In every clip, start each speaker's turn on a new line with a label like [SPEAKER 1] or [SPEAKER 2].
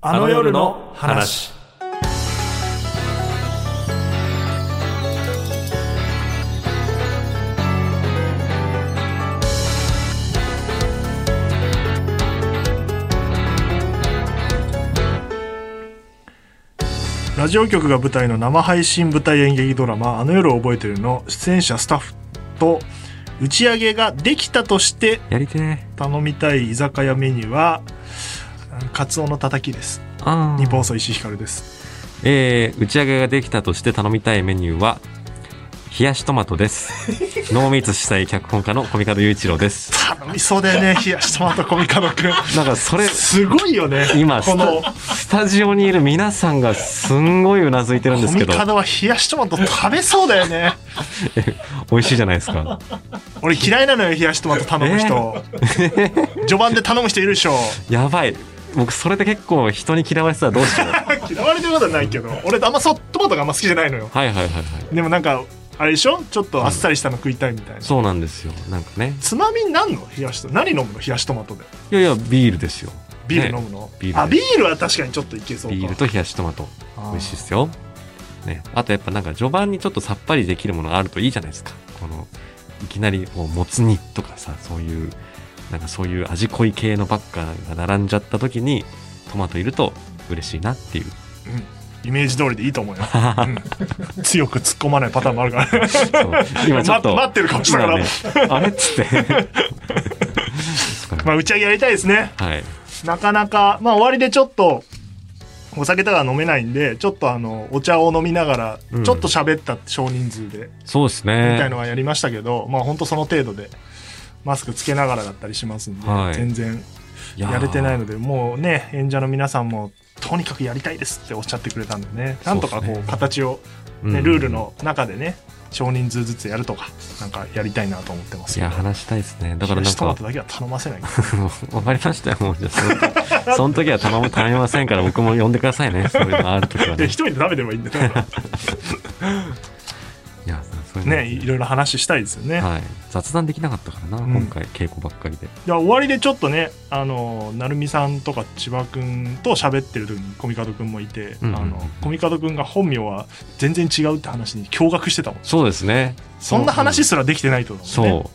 [SPEAKER 1] あの夜の話。
[SPEAKER 2] ラジオ局が舞台の生配信舞台演劇ドラマ「あの夜を覚えてる」の出演者スタッフと打ち上げができたとして
[SPEAKER 1] やりてね。
[SPEAKER 2] 頼みたい居酒屋メニューはカツオのたたきです
[SPEAKER 1] あ
[SPEAKER 2] 日本総石井ひかるです
[SPEAKER 1] えー、打ち上げができたとして頼みたいメニューは、冷やしトマト です。濃密主催脚本家の小見門雄一郎です。
[SPEAKER 2] 頼みそうだよね冷やしトマトコミカドくん
[SPEAKER 1] なんかそれ、
[SPEAKER 2] すごいよね
[SPEAKER 1] 今
[SPEAKER 2] こ
[SPEAKER 1] ス
[SPEAKER 2] の
[SPEAKER 1] タ、スタジオにいる皆さんがすんごいうなずいてるんで
[SPEAKER 2] コ
[SPEAKER 1] すけ
[SPEAKER 2] ミ
[SPEAKER 1] ど、
[SPEAKER 2] カドは冷やしトマト食べそうだよね
[SPEAKER 1] 美味しいじゃないですか。
[SPEAKER 2] 俺嫌いなのよ冷やしトマト頼む 人、序盤で頼む人いるでしょ
[SPEAKER 1] やばい。僕それで結構人に嫌われてたらどうしよう。 はい
[SPEAKER 2] 嫌われてることはないけど俺あんまそトマトがあんま好きじゃないのよ
[SPEAKER 1] はいはいはい。
[SPEAKER 2] でもなんかあれでしょちょっとあっさりしたの食いたいみたいな、
[SPEAKER 1] そうなんですよ。なんかね。
[SPEAKER 2] つまみになんの冷やしと何飲むの冷やしトマトで
[SPEAKER 1] いやいや、ビールですよ。
[SPEAKER 2] ビール
[SPEAKER 1] ね
[SPEAKER 2] 飲むの、
[SPEAKER 1] ビールで
[SPEAKER 2] あビールは確かにちょっといけそうか
[SPEAKER 1] ビールと冷やしトマト。
[SPEAKER 2] あー
[SPEAKER 1] 美味しいですよ。ね、あとやっぱなんか序盤にちょっとさっぱりできるものがあるといいじゃないですか。この、いきなりこう、もつ煮とかさ、そういう、なんかそういう味濃い系のばっかが並んじゃった時に、トマトいると嬉しいなっていう。
[SPEAKER 2] イメージ通りでいいと思う よ、うん強く突っ込まないパターンもあるからね
[SPEAKER 1] そう今ちょっと。
[SPEAKER 2] ま待ってる顔しながら
[SPEAKER 1] 今ねあれっ つって。そっか
[SPEAKER 2] まあ打ち上げやりたいですね
[SPEAKER 1] はい。
[SPEAKER 2] なかなかまあ終わりでちょっとお酒とか飲めないんでちょっとあのお茶を飲みながら
[SPEAKER 1] うん
[SPEAKER 2] ちょっと喋った少人数で
[SPEAKER 1] そうです
[SPEAKER 2] みたい
[SPEAKER 1] ね
[SPEAKER 2] の。はやりましたけど、まあ本当その程度でマスクつけながらだったりしますんで、
[SPEAKER 1] はい
[SPEAKER 2] 全然
[SPEAKER 1] い
[SPEAKER 2] やれてない
[SPEAKER 1] の。
[SPEAKER 2] のでもうね演者の皆さんもとにかくやりたいですっておっしゃってくれたんでねなんとか
[SPEAKER 1] そ
[SPEAKER 2] こ
[SPEAKER 1] うっす
[SPEAKER 2] う
[SPEAKER 1] ね
[SPEAKER 2] 形を、
[SPEAKER 1] う
[SPEAKER 2] ね
[SPEAKER 1] ん
[SPEAKER 2] ルールの中でね少人数ずつやるとかなんかやりたいなと思ってます
[SPEAKER 1] いや、話したいですね。だからなん
[SPEAKER 2] 東トマ
[SPEAKER 1] か
[SPEAKER 2] ト、だけは頼ませない
[SPEAKER 1] わかりましたよ、もう。じゃあその、その時は頼む、頼みませんから、僕も呼んでくださいね。そういうのある時は
[SPEAKER 2] で
[SPEAKER 1] ね。
[SPEAKER 2] 一人で食べ てればいいんだ か
[SPEAKER 1] いや、そうい
[SPEAKER 2] ら
[SPEAKER 1] うの
[SPEAKER 2] ねいろいろ話したいですよね、い、
[SPEAKER 1] はい。雑談できなかったからな、
[SPEAKER 2] ん
[SPEAKER 1] 今回、稽古ばっかりで。
[SPEAKER 2] や終わりでちょっとねあの成美さんとか千葉くんと喋ってる時にコミカドくんもいて、
[SPEAKER 1] うんうん
[SPEAKER 2] あのコミカドくんが本名は全然違うって話に驚愕してたもん
[SPEAKER 1] そうですね。
[SPEAKER 2] そんな話すらできてないと思う、ね、
[SPEAKER 1] そう。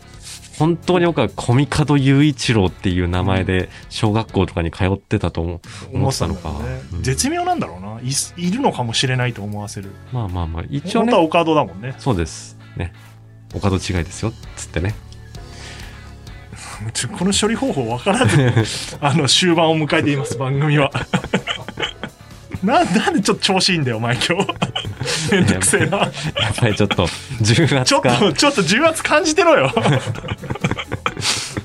[SPEAKER 1] 本当に僕はコミカド雄一郎っていう名前で小学校とかに通ってたと思う。
[SPEAKER 2] 思ってたのか、
[SPEAKER 1] 思ってたのかうん
[SPEAKER 2] 絶妙なんだろうないすいるのかもしれないと思わせる
[SPEAKER 1] まあまあまあ、一応
[SPEAKER 2] 本当は
[SPEAKER 1] ね。
[SPEAKER 2] オカドだもんね
[SPEAKER 1] そうです。ね。お門違いですよ。つってね。
[SPEAKER 2] ちょこの処理方法わからず あの終盤を迎えています番組はななんでちょっと調子いいんだよお前 今日めんどくせえな
[SPEAKER 1] やっぱりちょっと、10
[SPEAKER 2] ちょ
[SPEAKER 1] 月
[SPEAKER 2] っと
[SPEAKER 1] か。
[SPEAKER 2] ちょっと重圧感じて ろよ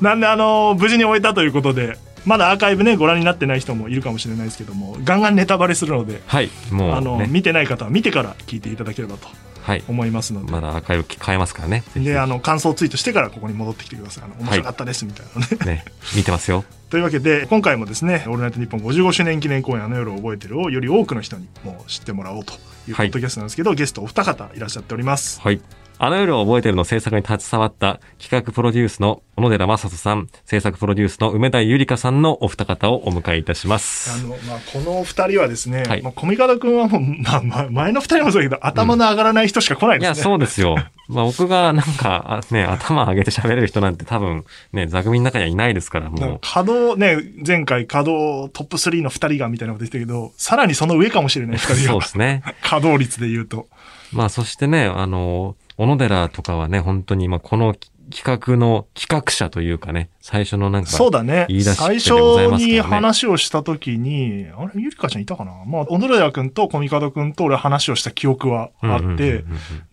[SPEAKER 2] なんであの無事に終えたということでまだアーカイブねご覧になってない人もいるかもしれないですけどもガンガンネタバレするので
[SPEAKER 1] はい。も
[SPEAKER 2] あの、
[SPEAKER 1] う、ね。
[SPEAKER 2] 見てない方は見てから聞いていただければと
[SPEAKER 1] はい。
[SPEAKER 2] 思いますので、
[SPEAKER 1] まだアーカイブ変えますからね。ぜひぜひ
[SPEAKER 2] であの感想をツイートしてからここに戻ってきてくださいあの面白かったですみたいなね、
[SPEAKER 1] ね、見てますよ。
[SPEAKER 2] というわけで今回もですね「オールナイトニッポン」55周年記念公演「あの夜を覚えてる」をより多くの人にもう知ってもらおうというポ
[SPEAKER 1] はい
[SPEAKER 2] ッドキャストなんですけど、ゲストお二方いらっしゃっております
[SPEAKER 1] はい。あの夜を覚えてるの制作に携わった企画プロデュースの小野寺正人さん、制作プロデュースの梅田ゆりかさんのお二方をお迎えいたしま
[SPEAKER 2] あ
[SPEAKER 1] す。
[SPEAKER 2] の、まあ、このお二人はですね、
[SPEAKER 1] はい
[SPEAKER 2] まあ、コミカド君はもう、 まあ、まあ前の二人もそうだけど頭の上がらない人しか来ない
[SPEAKER 1] い
[SPEAKER 2] で
[SPEAKER 1] や、
[SPEAKER 2] すね、
[SPEAKER 1] そうですよ。まあ僕がなんか、あね、頭上げて喋れる人なんて多分、ね、座組の中にはいないですか
[SPEAKER 2] な
[SPEAKER 1] ら、
[SPEAKER 2] ん
[SPEAKER 1] も。
[SPEAKER 2] か稼働ね、前回稼働トップ3の二人がみたいなこと言ってたけど、さらにその上かもしれないう二人
[SPEAKER 1] そう
[SPEAKER 2] が
[SPEAKER 1] で。すね。
[SPEAKER 2] 稼働率で言うと。
[SPEAKER 1] まあそしてね、あの、小野寺とかはね、本当に、まあこの企画の企画者というかね、最初のなんか、
[SPEAKER 2] そうだね
[SPEAKER 1] 言い。出しっぺ
[SPEAKER 2] 最
[SPEAKER 1] で
[SPEAKER 2] 初
[SPEAKER 1] ございますから
[SPEAKER 2] に
[SPEAKER 1] ね
[SPEAKER 2] 話をしたときに、あれ、ゆりかちゃんいたかなまあ、小野寺くんとコミカドくんと俺話をした記憶は
[SPEAKER 1] うん
[SPEAKER 2] あっ
[SPEAKER 1] うんうんうん
[SPEAKER 2] て、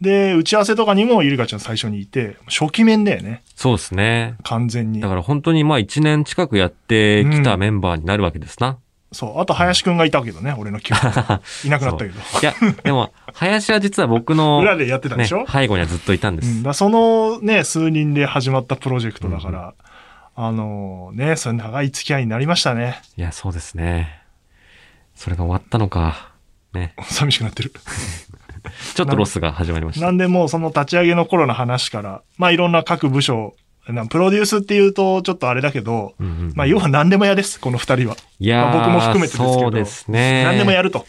[SPEAKER 2] で、打ち合わせとかにもゆりかちゃん最初にいて、初期面だよね。
[SPEAKER 1] そうですね。
[SPEAKER 2] 完全に
[SPEAKER 1] だ。から本当にまあ一年近くやってきたメンバーになるわけですな。
[SPEAKER 2] そう。あと、林くんがいたけどね、俺の記 憶。いなくなったけど。
[SPEAKER 1] いや、でも、林は実は僕 の、
[SPEAKER 2] 裏でやってたで
[SPEAKER 1] ね、
[SPEAKER 2] しょ、
[SPEAKER 1] 背後にはずっといたんで
[SPEAKER 2] う
[SPEAKER 1] す。
[SPEAKER 2] ん、だからそのね、数人で始まったプロジェクトだから、あのね、それ長い付き合いになりましたね。
[SPEAKER 1] いや、そうですね。それが終わったのか。ね。
[SPEAKER 2] 寂しくなってる。
[SPEAKER 1] ちょっとロスが始まりました。
[SPEAKER 2] なんでもうその立ち上げの頃の話から、まあいろんな各部署、なプロデュースっていうとちょっとあれだけど、
[SPEAKER 1] うんうん
[SPEAKER 2] まあ要は何でも屋です、この二人は。
[SPEAKER 1] いやー、
[SPEAKER 2] まあ僕も含めてですけど
[SPEAKER 1] そうですね。
[SPEAKER 2] 何でもやると。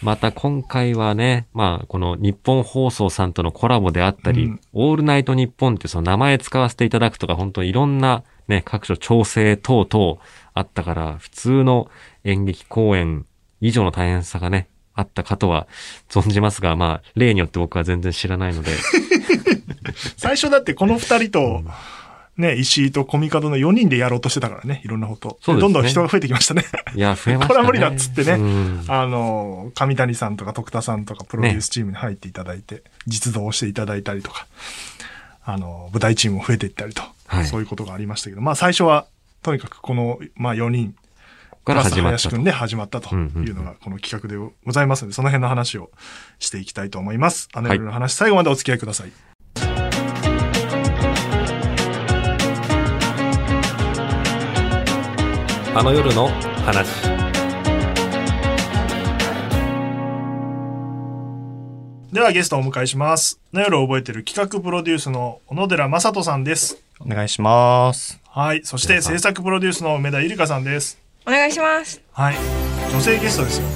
[SPEAKER 1] また今回はね、まあ、この日本放送さんとのコラボであったり、
[SPEAKER 2] うん
[SPEAKER 1] オールナイト日本ってその名前使わせていただくとか、本当いろんなね、各所調整等々あったから、普通の演劇公演以上の大変さがね、あったかとは存じますが、まあ、例によって僕は全然知らな いので、
[SPEAKER 2] 最初だってこの二人と、ね、石井とコミカドの4人でやろうとしてたからね、いろんなこと。
[SPEAKER 1] そうですね
[SPEAKER 2] どんどん人が増えてきましたね。
[SPEAKER 1] いや、増えましたね。
[SPEAKER 2] これは無理だっつってね
[SPEAKER 1] うん
[SPEAKER 2] あの、上谷さんとか徳田さんとかプロデュースチームに入っていただいて、実動していただいたりとか、あの、舞台チームも増えていったりと、
[SPEAKER 1] はい
[SPEAKER 2] そういうことがありましたけど、まあ最初は、とにかくこの、まあ4人、
[SPEAKER 1] ここから始まっ
[SPEAKER 2] 林
[SPEAKER 1] たと
[SPEAKER 2] く。んで始まったというのがこの企画でございますので、その辺の話をしていきたいと思います。あの夜の話、最後までお付き合いください。
[SPEAKER 1] あの夜の話。
[SPEAKER 2] ではゲストをお迎えします。あの夜を覚えてる企画プロデュースの小野寺正人さんです。
[SPEAKER 3] お願いします。
[SPEAKER 2] はい。そして制作プロデュースの梅田ゆりかさんです。
[SPEAKER 4] お願いします。
[SPEAKER 2] はい。女性ゲストですよ。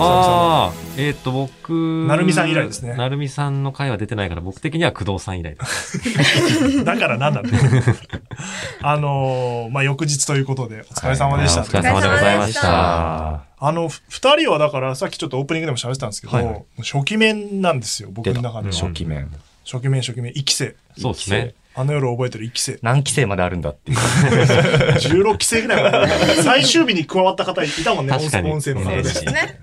[SPEAKER 1] ああ、えっ、と、僕、
[SPEAKER 2] なるみさん以来ですね
[SPEAKER 1] なるみさんの回は出てないから、僕的には工藤さん以来です。
[SPEAKER 2] だからなんだって。あのーまあ、翌日ということで、お疲れ様でした。
[SPEAKER 1] お疲れ様でございまし
[SPEAKER 4] お疲れ様でした
[SPEAKER 1] た。
[SPEAKER 3] あ
[SPEAKER 2] あの、ふ二人はだから、さっきちょっとオープニングでも喋ってたんですけど、
[SPEAKER 3] はいはい
[SPEAKER 2] もう初期面なんですよ、僕
[SPEAKER 3] 出
[SPEAKER 2] の
[SPEAKER 3] た
[SPEAKER 2] 中では。
[SPEAKER 3] 初期面。
[SPEAKER 2] 初期面、初期面、1期生。
[SPEAKER 1] そうですね。
[SPEAKER 2] あの夜覚えてる1期生。
[SPEAKER 3] 何期生まであるんだっていう。
[SPEAKER 2] 16期生ぐらいまで。最終日に加わった方いたもんね、
[SPEAKER 1] 確かに
[SPEAKER 2] 音声の中で。
[SPEAKER 3] そう
[SPEAKER 2] 足
[SPEAKER 4] ね。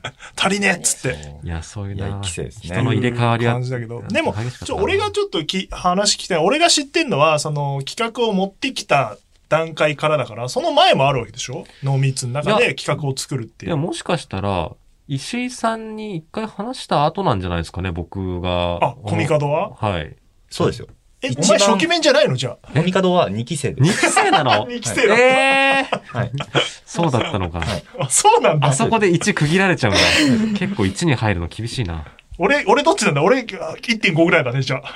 [SPEAKER 2] りねえっつって。
[SPEAKER 1] いや、そういう
[SPEAKER 3] いや
[SPEAKER 1] な。
[SPEAKER 3] 一期生ですね
[SPEAKER 1] 人の入れ替わりは。
[SPEAKER 2] 感じだけど。でも
[SPEAKER 1] 激しかっ、た
[SPEAKER 2] ちょ、俺がちょっとき話聞きたい。俺が知ってんのは、その企画を持ってきた段階からだから、その前もあるわけでしょノーミーツの中で企画を作るってい
[SPEAKER 1] で
[SPEAKER 2] う。
[SPEAKER 1] ももしかしたら、石井さんに一回話した後なんじゃないですかね、僕が。
[SPEAKER 2] あ、コミカドは
[SPEAKER 1] はい。
[SPEAKER 3] そうですよ。
[SPEAKER 2] え、
[SPEAKER 3] 一
[SPEAKER 2] お前
[SPEAKER 3] 番
[SPEAKER 2] 初期面じゃないのじゃあ。
[SPEAKER 3] コミカドは2期生で
[SPEAKER 1] 2期
[SPEAKER 3] す。
[SPEAKER 1] 生なの
[SPEAKER 2] 二期生だっ
[SPEAKER 1] ええー、
[SPEAKER 3] はい。
[SPEAKER 1] そうだったのか。
[SPEAKER 2] た。あそうなんだ
[SPEAKER 1] あ。そこで1区切られちゃうんだ。結構1に入るの厳しいな。
[SPEAKER 2] 俺、俺どっちなんだ俺あ1.5ぐらいだね、じゃ あ。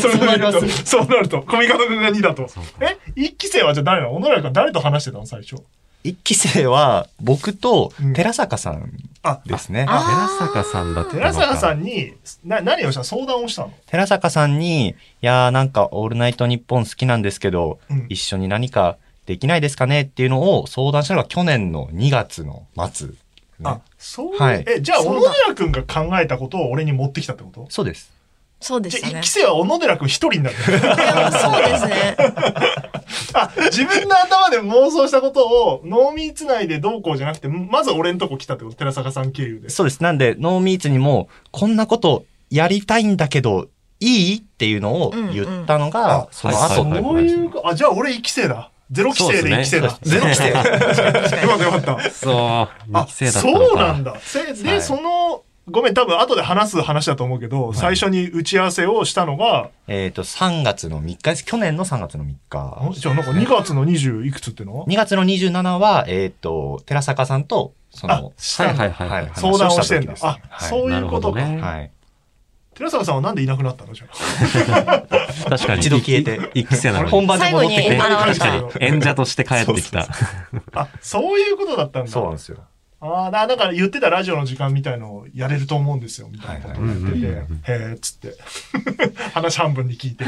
[SPEAKER 2] そうなると、そうなると、コミカド君が2だと
[SPEAKER 1] そうか。
[SPEAKER 2] え、1期生はじゃあ誰なの小野寺君誰と話してたの最初。
[SPEAKER 3] 1期生は僕と寺坂さん
[SPEAKER 2] あ、
[SPEAKER 3] ですね。
[SPEAKER 1] 寺坂さんだったのか。
[SPEAKER 2] 寺坂さんに、な、何をした相談をしたの
[SPEAKER 3] 寺坂さんに、いやーなんかオールナイトニッポン好きなんですけど、
[SPEAKER 2] うん
[SPEAKER 3] 一緒に何かできないですかねっていうのを相談したのが去年の2月の末、ね
[SPEAKER 2] あ、そう、
[SPEAKER 3] はい
[SPEAKER 2] え、じゃあ、
[SPEAKER 4] そ
[SPEAKER 2] 小
[SPEAKER 4] うだ
[SPEAKER 2] 野寺くんが考えたことを俺に持ってきたってこと
[SPEAKER 3] そうです。
[SPEAKER 4] そうで
[SPEAKER 2] じ
[SPEAKER 4] す
[SPEAKER 2] ゃあ、一
[SPEAKER 4] ね
[SPEAKER 2] 期。生は小野寺くん一人になる。
[SPEAKER 4] そうですね。
[SPEAKER 2] あ、自分の頭で妄想したことを、ノーミーツ内でどうこうじゃなくて、まず俺んとこ来たってこと寺坂さん経由で。
[SPEAKER 3] そうです。なんで、ノーミーツにも、こんなことやりたいんだけど、いいっていうのを言ったのが、
[SPEAKER 2] うんうん
[SPEAKER 3] その後
[SPEAKER 1] は
[SPEAKER 3] の
[SPEAKER 1] い
[SPEAKER 2] そういうこあ、じゃあ俺一期生だ。ゼロ期生で一期生だ
[SPEAKER 1] そ。うです
[SPEAKER 2] ゼ
[SPEAKER 1] ね
[SPEAKER 2] ロ期生。よ かったよかった。
[SPEAKER 1] そう、2
[SPEAKER 2] あ、
[SPEAKER 1] 期生だったのか。
[SPEAKER 2] そうなんだ。せで、
[SPEAKER 3] はい
[SPEAKER 2] その、ごめん、多分後で話す話だと思うけど、最初に打ち合わせをしたのが、
[SPEAKER 3] えっ、と、3月の3日です。去年の3月の3
[SPEAKER 2] あ
[SPEAKER 3] 日。
[SPEAKER 2] じゃあなんか2月の20いくつっての
[SPEAKER 3] 2月の27は、えっ、と、寺坂さんと、そ
[SPEAKER 2] あ
[SPEAKER 3] の、、
[SPEAKER 2] したん
[SPEAKER 1] は
[SPEAKER 2] だ
[SPEAKER 1] いはいはいはい。
[SPEAKER 3] はい
[SPEAKER 2] 相談をしてんだ。
[SPEAKER 3] 話をした時です
[SPEAKER 2] あ
[SPEAKER 3] ね、はい
[SPEAKER 2] そういうこと
[SPEAKER 1] な
[SPEAKER 2] か。
[SPEAKER 1] るほどね
[SPEAKER 3] はい。
[SPEAKER 2] 寺坂さんはなんでいなくなったのじゃ
[SPEAKER 1] 確かに。
[SPEAKER 3] 一度消えて
[SPEAKER 1] 一期生なの
[SPEAKER 3] 本
[SPEAKER 1] に。
[SPEAKER 3] 番で戻ってき
[SPEAKER 4] 最後
[SPEAKER 3] て
[SPEAKER 4] に。
[SPEAKER 1] 確
[SPEAKER 4] 現
[SPEAKER 1] か
[SPEAKER 2] れ
[SPEAKER 1] に
[SPEAKER 2] た
[SPEAKER 1] 演者として帰ってきた。
[SPEAKER 2] あ。あ、そういうことだったんだ。
[SPEAKER 3] そうなんですよ。
[SPEAKER 2] ああ、だだから言ってたラジオの時間みたいのをやれると思うんですよ、みたいなことをやってて、
[SPEAKER 3] はいはい
[SPEAKER 2] へえ、っつって。 話半分に聞いて。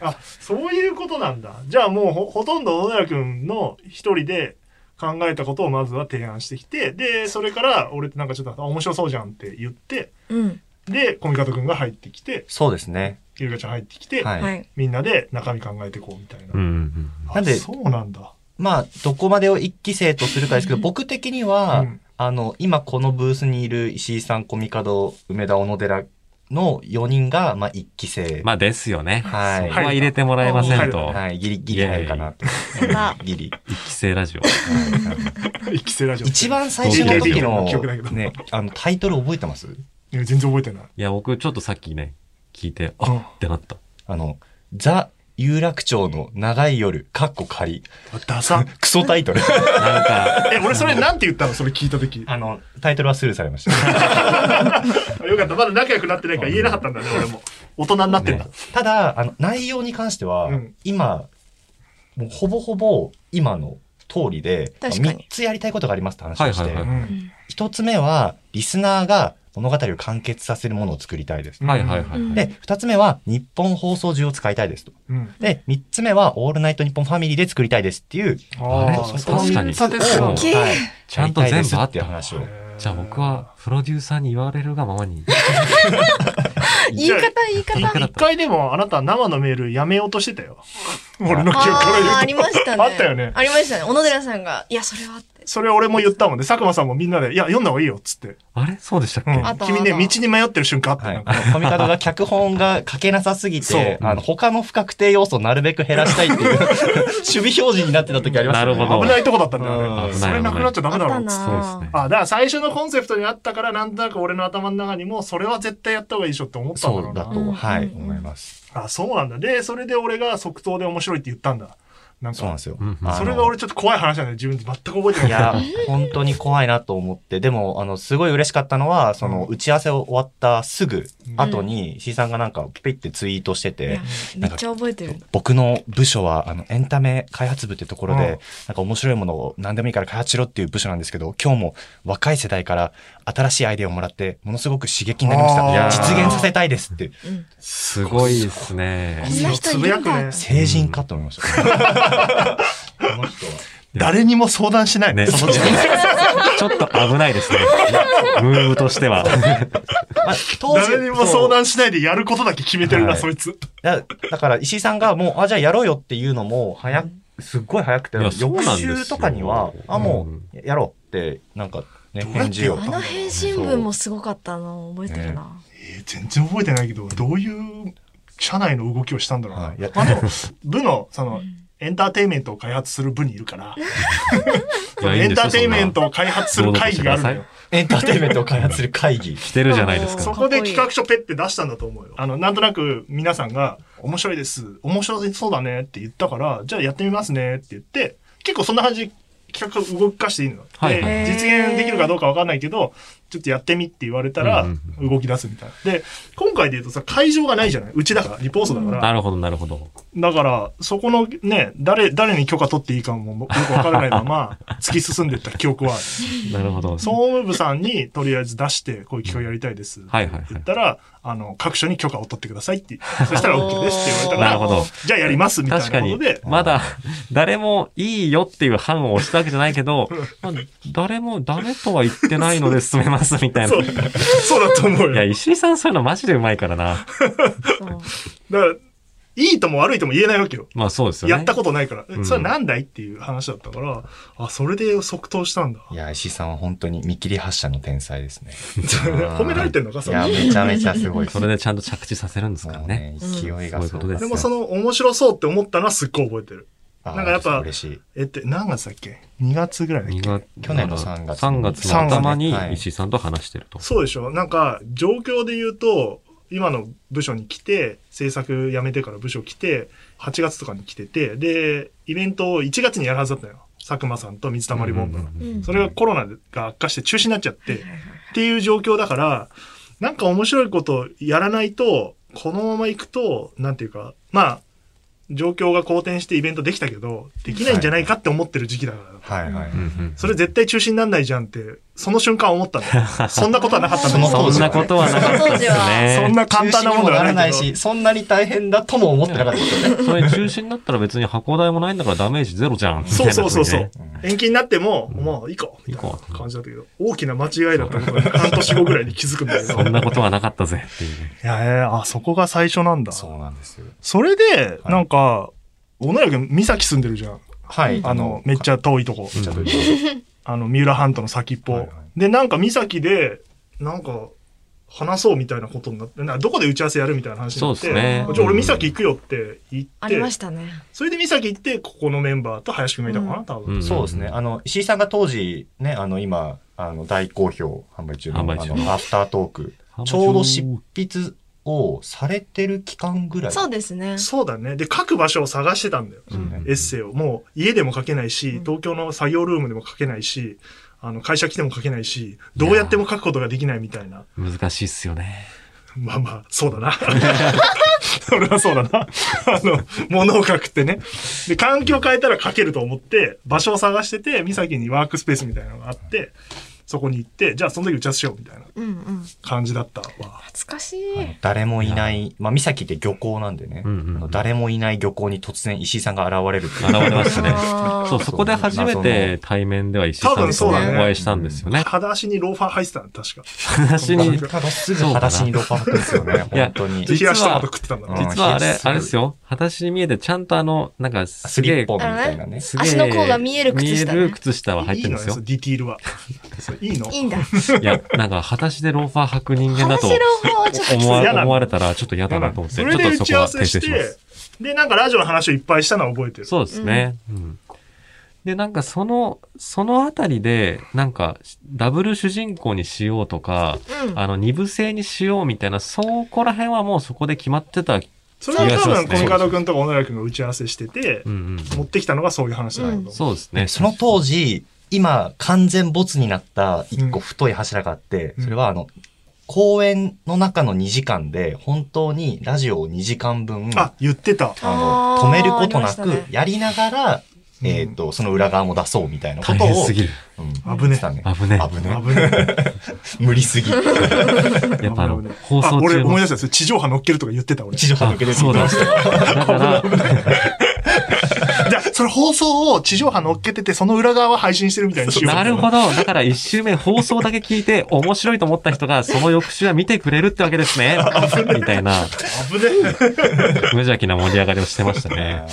[SPEAKER 2] あ、そういうことなんだ。じゃあもうほほとんど小野寺くんの一人で考えたことをまずは提案してきて、で、それから俺ってなんかちょっとあ面白そうじゃんって言って、
[SPEAKER 4] うん。
[SPEAKER 2] で、コミカドくんが入ってきて、
[SPEAKER 3] そうですね。
[SPEAKER 2] ゆりかちゃん入ってきて、
[SPEAKER 3] はい。
[SPEAKER 4] はい。
[SPEAKER 2] みんなで中身考えていこうみたいな。
[SPEAKER 1] うんうんうん。
[SPEAKER 2] あ
[SPEAKER 3] なんで
[SPEAKER 2] そうなんだ。
[SPEAKER 3] まあ、どこまでを一期生とするかですけど、僕的には、
[SPEAKER 2] うん
[SPEAKER 3] あの、今このブースにいる石井さん、コミカド、梅田、小野寺の4人が、まあ、一期生。
[SPEAKER 1] まあですよね。
[SPEAKER 3] は
[SPEAKER 1] そ
[SPEAKER 3] い
[SPEAKER 1] こは入れてもらえませんと。
[SPEAKER 3] はい、ギリギリ入るかなと。
[SPEAKER 4] ま
[SPEAKER 3] ギリ。
[SPEAKER 1] 一期生ラジオ。
[SPEAKER 2] 一期生ラジオ。
[SPEAKER 3] 一番最初の時の
[SPEAKER 2] 記憶だけど、
[SPEAKER 3] ね、あの、タイトル覚えてます
[SPEAKER 2] いや全然覚えてない。
[SPEAKER 1] いや、僕ちょっとさっきね、聞いて、
[SPEAKER 2] う
[SPEAKER 1] あ
[SPEAKER 2] ん
[SPEAKER 1] ってなった。
[SPEAKER 3] あの、ザ・有楽町の長い夜、カッコ仮。
[SPEAKER 2] ダサ。
[SPEAKER 3] クソタイトル。
[SPEAKER 1] なんか、
[SPEAKER 2] え、俺それなんて言ったのそれ聞いた時。
[SPEAKER 3] あの、タイトルはスルーされました。
[SPEAKER 2] よかった。まだ仲良くなってないから言えなかったんだね、俺も。大人になってんだ。
[SPEAKER 3] ただ、あの、内容に関しては、
[SPEAKER 2] うん
[SPEAKER 3] 今、もうほぼほぼ今の通りで、
[SPEAKER 4] 確かに
[SPEAKER 3] 3つやりたいことがありますって話をして、
[SPEAKER 1] はいはいは
[SPEAKER 2] う
[SPEAKER 1] い
[SPEAKER 2] ん
[SPEAKER 3] 1つ目は、リスナーが物語を完結させるものを作りたいです。
[SPEAKER 1] はいはいはい。
[SPEAKER 4] うん
[SPEAKER 3] で、2つ目は、日本放送中を使いたいですと。
[SPEAKER 2] うん
[SPEAKER 3] で、3つ目は、オールナイトニッポンファミリーで作りたいですっていう、
[SPEAKER 2] あ
[SPEAKER 1] あ
[SPEAKER 2] あ、
[SPEAKER 1] れ
[SPEAKER 2] その三つです
[SPEAKER 1] 確か
[SPEAKER 2] よ
[SPEAKER 4] 大。きい。
[SPEAKER 3] はい
[SPEAKER 1] ちゃんと全部あって
[SPEAKER 3] やりたいですっていう話を。
[SPEAKER 1] じゃあ僕はプロデューサーに言われるがままに。
[SPEAKER 4] 言い方、言い
[SPEAKER 2] い
[SPEAKER 4] 方。
[SPEAKER 2] 一回でもあなた生のメールやめようとしてたよ。 俺の記憶から
[SPEAKER 4] あーあ
[SPEAKER 2] 言
[SPEAKER 4] り
[SPEAKER 2] うと。
[SPEAKER 4] ましたね。
[SPEAKER 2] あったよね
[SPEAKER 4] ありましたね。小野寺さんが、いや、それはって。
[SPEAKER 2] それ俺も言ったもんね。佐久間さんもみんなで、いや、読んだ方がいいよ、っつって。
[SPEAKER 1] あれそうでしたっけ、
[SPEAKER 2] うん
[SPEAKER 4] あった
[SPEAKER 2] 君ね、
[SPEAKER 4] あった
[SPEAKER 2] 道に迷ってる瞬間あった
[SPEAKER 3] は
[SPEAKER 2] よ
[SPEAKER 3] い
[SPEAKER 2] なん、か
[SPEAKER 3] あのコミカドが脚本が書けなさすぎ
[SPEAKER 2] そう
[SPEAKER 3] て、あの他の不確定要素をなるべく減らしたい っていう守備標示になってた時ありましたね。
[SPEAKER 1] なるほど
[SPEAKER 2] 危ないとこだったんだよ
[SPEAKER 3] う
[SPEAKER 2] ね。
[SPEAKER 3] ん
[SPEAKER 2] それなくなっちゃダメだろ、
[SPEAKER 4] あ
[SPEAKER 2] っ
[SPEAKER 4] っ
[SPEAKER 2] つ
[SPEAKER 4] た
[SPEAKER 2] って。
[SPEAKER 1] そうですね。
[SPEAKER 2] あ、だから最初のコンセプトにあったから、なんとなく俺の頭の中にも、それは絶対やった方がいいでしょって思ったんだ
[SPEAKER 3] そ
[SPEAKER 2] ろう
[SPEAKER 3] うだ
[SPEAKER 2] な。
[SPEAKER 3] と、はい、
[SPEAKER 4] うん
[SPEAKER 3] 思います。
[SPEAKER 2] あ、そうなんだ。で、それで俺が即答で面白いって言ったんだ。なん
[SPEAKER 3] そうなん
[SPEAKER 2] か、
[SPEAKER 3] ですよ。
[SPEAKER 1] うんうん
[SPEAKER 3] あの
[SPEAKER 2] それが俺ちょっと怖い話なんだよ。自分で全く覚えてない
[SPEAKER 3] いや、本当に怖いなと思って、でも、あの、すごい嬉しかったのは、その、打ち合わせ終わったすぐ後に、C さんがなんか、ピッてツイートして
[SPEAKER 4] い
[SPEAKER 3] て
[SPEAKER 4] や、めっちゃ覚えてる。
[SPEAKER 3] 僕の部署は、あの、エンタメ開発部ってところで、
[SPEAKER 2] うん
[SPEAKER 3] なんか面白いものを何でもいいから開発しろっていう部署なんですけど、今日も若い世代から新しいアイデアをもらって、ものすごく刺激になりまし
[SPEAKER 2] あ
[SPEAKER 1] ーいや
[SPEAKER 3] た。
[SPEAKER 1] ー
[SPEAKER 3] 実現させたいですって、
[SPEAKER 4] うん
[SPEAKER 1] すごいですね。
[SPEAKER 4] そんな人いるんだ
[SPEAKER 2] つぶやくね
[SPEAKER 3] 成人かと思いました。この人は。
[SPEAKER 2] 誰にも相談しない
[SPEAKER 1] ね、
[SPEAKER 2] そ
[SPEAKER 1] そ
[SPEAKER 2] の
[SPEAKER 1] の
[SPEAKER 2] 時
[SPEAKER 1] 時
[SPEAKER 2] 間。
[SPEAKER 1] 間 ちょっと危ないですね。ムーブとし ては。
[SPEAKER 3] まあ当時
[SPEAKER 2] 誰にも相談しないでやることだけ決めてるな、
[SPEAKER 3] はい
[SPEAKER 2] そいつ。
[SPEAKER 3] だだから石井さんがもう、あ、じゃあやろうよっていうのも、早く、すっごい早くて、
[SPEAKER 1] いやそう
[SPEAKER 3] 翌
[SPEAKER 1] なんですよ
[SPEAKER 3] 週とかには、あ、もう、やろうって、なんか、ね、
[SPEAKER 2] どうやっ
[SPEAKER 3] 返
[SPEAKER 2] て
[SPEAKER 3] 事
[SPEAKER 2] やっ
[SPEAKER 3] を
[SPEAKER 2] た。
[SPEAKER 4] あの返信文もすごかったの覚えてるな。
[SPEAKER 2] えー全然覚えてないけど、どういう社内の動きをしたんだろうな。
[SPEAKER 3] はいいや
[SPEAKER 2] まあでも、部の、その、エンターテインメントを開発する部にいるから、エンターテインメントを開発する会議があるのよ。
[SPEAKER 3] エンターテインメントを開発する会議。
[SPEAKER 1] してるじゃないです
[SPEAKER 2] そ
[SPEAKER 1] か。
[SPEAKER 2] こで企画書ペッて出したんだと思うよ。あの、なんとなく皆さんが、面白いです。面白そうだねって言ったから、じゃあやってみますねって言って、結構そんな感じで企画を動かしていいの。
[SPEAKER 1] はいはい
[SPEAKER 2] で、実現できるかどうかわかんないけど、ちょっとやってみって言われたら
[SPEAKER 1] うん、
[SPEAKER 2] 動き出すみたいな。で、今回で言うとさ、会場がないじゃないうちだから、リポートだから。
[SPEAKER 1] なるほど、なるほど。
[SPEAKER 2] だから、そこのね、誰、誰に許可取っていいかもよくわからないまま、突き進んでいった記憶はある。
[SPEAKER 1] なるほど。
[SPEAKER 2] 総務部さんにとりあえず出して、こういう企画やりたいです。
[SPEAKER 1] はいはいはい
[SPEAKER 2] 言ったら、あの、各所に許可を取ってくださいって。そしたら OK ですって言われたか
[SPEAKER 1] なる
[SPEAKER 2] ら、
[SPEAKER 1] ほど。
[SPEAKER 2] じゃあやりますみた
[SPEAKER 1] 確
[SPEAKER 2] い
[SPEAKER 1] か
[SPEAKER 2] なこ
[SPEAKER 1] に
[SPEAKER 2] とで、、
[SPEAKER 1] まだ、誰もいいよっていう判を押したわけじゃないけ ど、まあ誰もダメとは言ってないので進めますみたいな。
[SPEAKER 2] そう、
[SPEAKER 1] い
[SPEAKER 2] そうだと思うよ。だ
[SPEAKER 1] や、
[SPEAKER 2] か
[SPEAKER 1] 石井さんそういうのマジでうまいからな。
[SPEAKER 4] そう
[SPEAKER 2] ら、いいとも悪いとも言えないわけよ。
[SPEAKER 1] まあそうですよね。
[SPEAKER 2] やったことないから。
[SPEAKER 1] ん
[SPEAKER 2] それはなんだいっていう話だったから、あ、それで即答したんだ。
[SPEAKER 3] いや、石井さんは本当に見切り発車の天才ですね。
[SPEAKER 2] 褒められてんのか、
[SPEAKER 3] い
[SPEAKER 2] それ
[SPEAKER 3] や、。めちゃめちゃすごいです
[SPEAKER 1] それでちゃんと着地させるんですから
[SPEAKER 3] もう
[SPEAKER 1] ね。
[SPEAKER 3] ね、勢い
[SPEAKER 1] うんそ
[SPEAKER 3] がすご
[SPEAKER 1] ういうことです
[SPEAKER 2] で
[SPEAKER 1] よ
[SPEAKER 2] もその面白そうって思ったのはすっごい覚えてる。
[SPEAKER 3] あー
[SPEAKER 2] なんかやっぱ
[SPEAKER 3] 嬉しい。
[SPEAKER 2] えって、何月だっけ ?2 月ぐらいだっけ
[SPEAKER 1] 二月
[SPEAKER 3] 去年の三月
[SPEAKER 1] 三月の頭に石井さんと話してると。
[SPEAKER 2] そうでしょなんか、状況で言うと、今の部署に来て、制作辞めてから部署来て、8月とかに来てて、で、イベントを1月にやるはずだったのよ。佐久間さんと水溜りボンドの。
[SPEAKER 4] うん
[SPEAKER 2] それがコロナが悪化して中止になっちゃって、っていう状況だから、なんか面白いことやらないと、このまま行くと、なんていうか、まあ、状況が好転してイベントできたけど、できないんじゃないかって思ってる時期だから。
[SPEAKER 3] はいはい。
[SPEAKER 1] うんうん
[SPEAKER 2] それ絶対中止になんないじゃんって、その瞬間思ったの。そんなことはなかったんだけど
[SPEAKER 1] そんなことはなかったで す
[SPEAKER 2] そん
[SPEAKER 1] ね。
[SPEAKER 2] な簡単なものではない
[SPEAKER 3] 中止
[SPEAKER 2] け
[SPEAKER 3] にもらし、そんなに大変だとも思ってなかったですよね。
[SPEAKER 1] それ中止になったら別に箱代もないんだからダメージゼロじゃん。み
[SPEAKER 2] ど。
[SPEAKER 1] たいな
[SPEAKER 2] そうそうそうそう
[SPEAKER 3] みたいなこと。
[SPEAKER 2] 延期になっても、もう行こう。みたいな感じだったけど、大きな間違いだったのが半年後ぐらいに気づくんだけど。
[SPEAKER 1] そん
[SPEAKER 2] い
[SPEAKER 1] なことはなかったぜっていうね。
[SPEAKER 2] やいや、あ、そこが最初なんだ。
[SPEAKER 3] そうなんですよ。
[SPEAKER 2] それで、
[SPEAKER 3] い
[SPEAKER 2] なんか、小野君、三崎住んでるじゃん。
[SPEAKER 3] はい。
[SPEAKER 2] あの、めっち
[SPEAKER 3] ゃ、
[SPEAKER 2] ゃ遠いとこ。
[SPEAKER 3] めっちゃどういうこ
[SPEAKER 2] あの、三浦半島の先っぽ。
[SPEAKER 3] はいは
[SPEAKER 2] で、なんか三崎で、なんか、話そうみたいなことになって、などこで打ち合わせやるみたいな話になって、
[SPEAKER 1] そうですね
[SPEAKER 2] じゃあ俺三崎行くよって言って、
[SPEAKER 4] ありましたね。
[SPEAKER 2] それで三崎行って、ここのメンバーと林くんがいたかな、
[SPEAKER 4] うん
[SPEAKER 2] 多
[SPEAKER 1] う
[SPEAKER 2] 分。
[SPEAKER 1] ん
[SPEAKER 3] とそうですね。あの、石井さんが当時、ね、あの、今、あの、大好評販売中の、
[SPEAKER 1] 販売中
[SPEAKER 3] あの、アフタートーク。ちょうど執筆をされてる期間ぐらい。
[SPEAKER 4] そうですね。
[SPEAKER 2] そうだね。で、書く場所を探してたんだよ。
[SPEAKER 1] うんうん
[SPEAKER 2] エッセイを。もう家でも書けないし、東京の作業ルームでも書けないし、あの、会社来ても書けないし、どうやっても書くことができないみたいな。
[SPEAKER 1] 難しいっすよね。
[SPEAKER 2] まあまあ、そうだな。それはそうだな。あの、物を書くってね。で、環境変えたら書けると思って、場所を探してて、岬にワークスペースみたいなのがあって、そこに行って、じゃあその時打ち合わせしようみたいな
[SPEAKER 4] うんうん。
[SPEAKER 2] 感じだったわ。
[SPEAKER 4] 懐かし
[SPEAKER 3] あの
[SPEAKER 4] い。
[SPEAKER 3] 誰もいない、まあ、岬って漁港なんでね、
[SPEAKER 1] うんうんうん
[SPEAKER 3] あの誰もいない漁港に突然石井さんが現れるっていう。
[SPEAKER 1] 現れま したね
[SPEAKER 4] あー
[SPEAKER 1] そう、そこで初めて対面では石井さんと
[SPEAKER 2] 多分そう
[SPEAKER 1] お
[SPEAKER 2] だね
[SPEAKER 1] 会いしたんですよね。
[SPEAKER 2] 裸足にローファー入ってたの、確か。
[SPEAKER 1] 話
[SPEAKER 2] う
[SPEAKER 1] に
[SPEAKER 2] ん、
[SPEAKER 3] ただすぐ裸足にロパンですよね、
[SPEAKER 1] いや
[SPEAKER 3] 本当に
[SPEAKER 1] 実。は
[SPEAKER 2] 冷やしたもの食ってたんだな。
[SPEAKER 1] 実はあ
[SPEAKER 3] うん
[SPEAKER 1] れ
[SPEAKER 3] ひ、どい
[SPEAKER 1] あれですよ。裸足に見えて、ちゃんとあの、なんかす
[SPEAKER 3] ス
[SPEAKER 1] げ
[SPEAKER 3] リッ
[SPEAKER 1] え
[SPEAKER 3] ポンみたいなね。
[SPEAKER 1] すげえ
[SPEAKER 4] 足の甲が見える靴下ね
[SPEAKER 1] 見える靴下は入ってるんで
[SPEAKER 2] いい
[SPEAKER 1] す
[SPEAKER 2] の
[SPEAKER 1] よ
[SPEAKER 2] その。ディティールは。それいいの
[SPEAKER 4] いいんだ。
[SPEAKER 1] いや、なんか、裸足でローファー履く人間だ
[SPEAKER 4] 話
[SPEAKER 1] と
[SPEAKER 4] の方はちょっとき
[SPEAKER 1] 思
[SPEAKER 4] つい。
[SPEAKER 2] 嫌
[SPEAKER 1] わ
[SPEAKER 2] なの
[SPEAKER 1] 思われたら、ちょっと嫌だなと思って、ち
[SPEAKER 2] そ
[SPEAKER 1] ょっ
[SPEAKER 2] れで
[SPEAKER 1] と
[SPEAKER 2] 打
[SPEAKER 1] そ
[SPEAKER 2] ち
[SPEAKER 1] こ
[SPEAKER 2] 合
[SPEAKER 1] は
[SPEAKER 2] わせ
[SPEAKER 1] 訂
[SPEAKER 2] し
[SPEAKER 1] 正しま
[SPEAKER 2] て
[SPEAKER 1] す。、
[SPEAKER 2] で、なんかラジオの話をいっぱいしたのは覚えてる。
[SPEAKER 1] そうですね。うんで、なんか、その、そのあたりで、なんか、ダブル主人公にしようとか、
[SPEAKER 4] うん。
[SPEAKER 1] あの、二部制にしようみたいな、そこら辺はもうそこで決まってた。うん
[SPEAKER 2] それは多分、
[SPEAKER 1] 気がしますね
[SPEAKER 2] コミカド君とか小野寺君が打ち合わせしてて、
[SPEAKER 1] うん。
[SPEAKER 2] 持ってきたのがそういう話じゃないかと思う。
[SPEAKER 1] そうですね。
[SPEAKER 3] その当時、今、完全没になった一
[SPEAKER 2] う
[SPEAKER 3] 個
[SPEAKER 2] ん
[SPEAKER 3] 太い柱があって、
[SPEAKER 2] うん
[SPEAKER 3] それはあの、公演の中の2時間で、本当にラジオを2時間分、
[SPEAKER 2] あ、言ってた。
[SPEAKER 3] あの、止めることな
[SPEAKER 4] あーありま
[SPEAKER 3] く
[SPEAKER 4] した、ね
[SPEAKER 3] やりながら、
[SPEAKER 2] うん
[SPEAKER 3] えっと、その裏側も出そうみたいなこ
[SPEAKER 1] 大
[SPEAKER 3] と
[SPEAKER 1] 変
[SPEAKER 3] を
[SPEAKER 1] す、ぎる。
[SPEAKER 3] うん
[SPEAKER 2] 危ね
[SPEAKER 3] したね
[SPEAKER 1] 危ね
[SPEAKER 3] 危
[SPEAKER 2] 危
[SPEAKER 3] ね。
[SPEAKER 2] ね
[SPEAKER 3] 無 理すぎ。
[SPEAKER 1] え。 やっぱあの
[SPEAKER 2] 危ね、
[SPEAKER 1] 放
[SPEAKER 2] あ
[SPEAKER 1] 送
[SPEAKER 2] 俺
[SPEAKER 1] 中
[SPEAKER 2] 思い
[SPEAKER 1] の。
[SPEAKER 2] 出したそれ地上波乗っけるとか言ってた俺。
[SPEAKER 3] 地
[SPEAKER 2] じ
[SPEAKER 3] 上波抜けて
[SPEAKER 1] あそうだ。だから、
[SPEAKER 2] ゃあ、それ放送を地上波乗っけてて、その裏側は配信してるみたいにしよう。
[SPEAKER 1] なるほど。だから一周目放送だけ聞いて面白いと思った人がその翌週は見てくれるってわけですね。みたいな
[SPEAKER 2] 危ね
[SPEAKER 1] 無邪気な盛り上がりをしてましたね。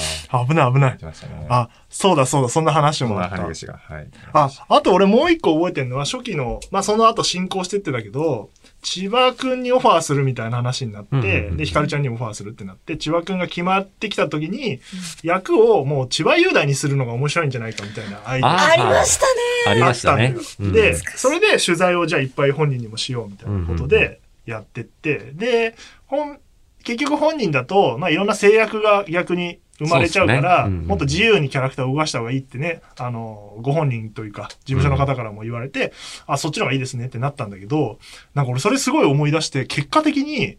[SPEAKER 2] 危ない危ない
[SPEAKER 3] 来。ましたね。
[SPEAKER 2] あ、そうだそうだ、そんな話
[SPEAKER 3] そん
[SPEAKER 2] もあ
[SPEAKER 3] な
[SPEAKER 2] った。
[SPEAKER 3] 話が。はい。
[SPEAKER 2] あ、あと俺もう一個覚えてるのは初期の、まあその後進行してってだけど、千葉くんにオファーするみたいな話になって、
[SPEAKER 1] うんうんうん
[SPEAKER 2] で、ひかるちゃんにオファーするってなって、千葉くんが決まってきた時に、役をもう千葉雄大にするのが面白いんじゃないかみたいなアイデア
[SPEAKER 1] あ
[SPEAKER 4] ありましたね。
[SPEAKER 1] ありましたね
[SPEAKER 2] あっ。
[SPEAKER 1] うん
[SPEAKER 2] で、それで取材をじゃあいっぱい本人にもしようみたいなこと
[SPEAKER 1] うんうん
[SPEAKER 2] でやってって、で、本、結局本人だと、まあいろんな制約が逆に生まれちゃうから、
[SPEAKER 1] そうっすねうんうん
[SPEAKER 2] もっと自由にキャラクターを動かした方がいいってね、あの、ご本人というか、事務所の方からも言われて、あ、そっちの方がいいですねってなったんだけど、なんか俺それすごい思い出して、結果的に、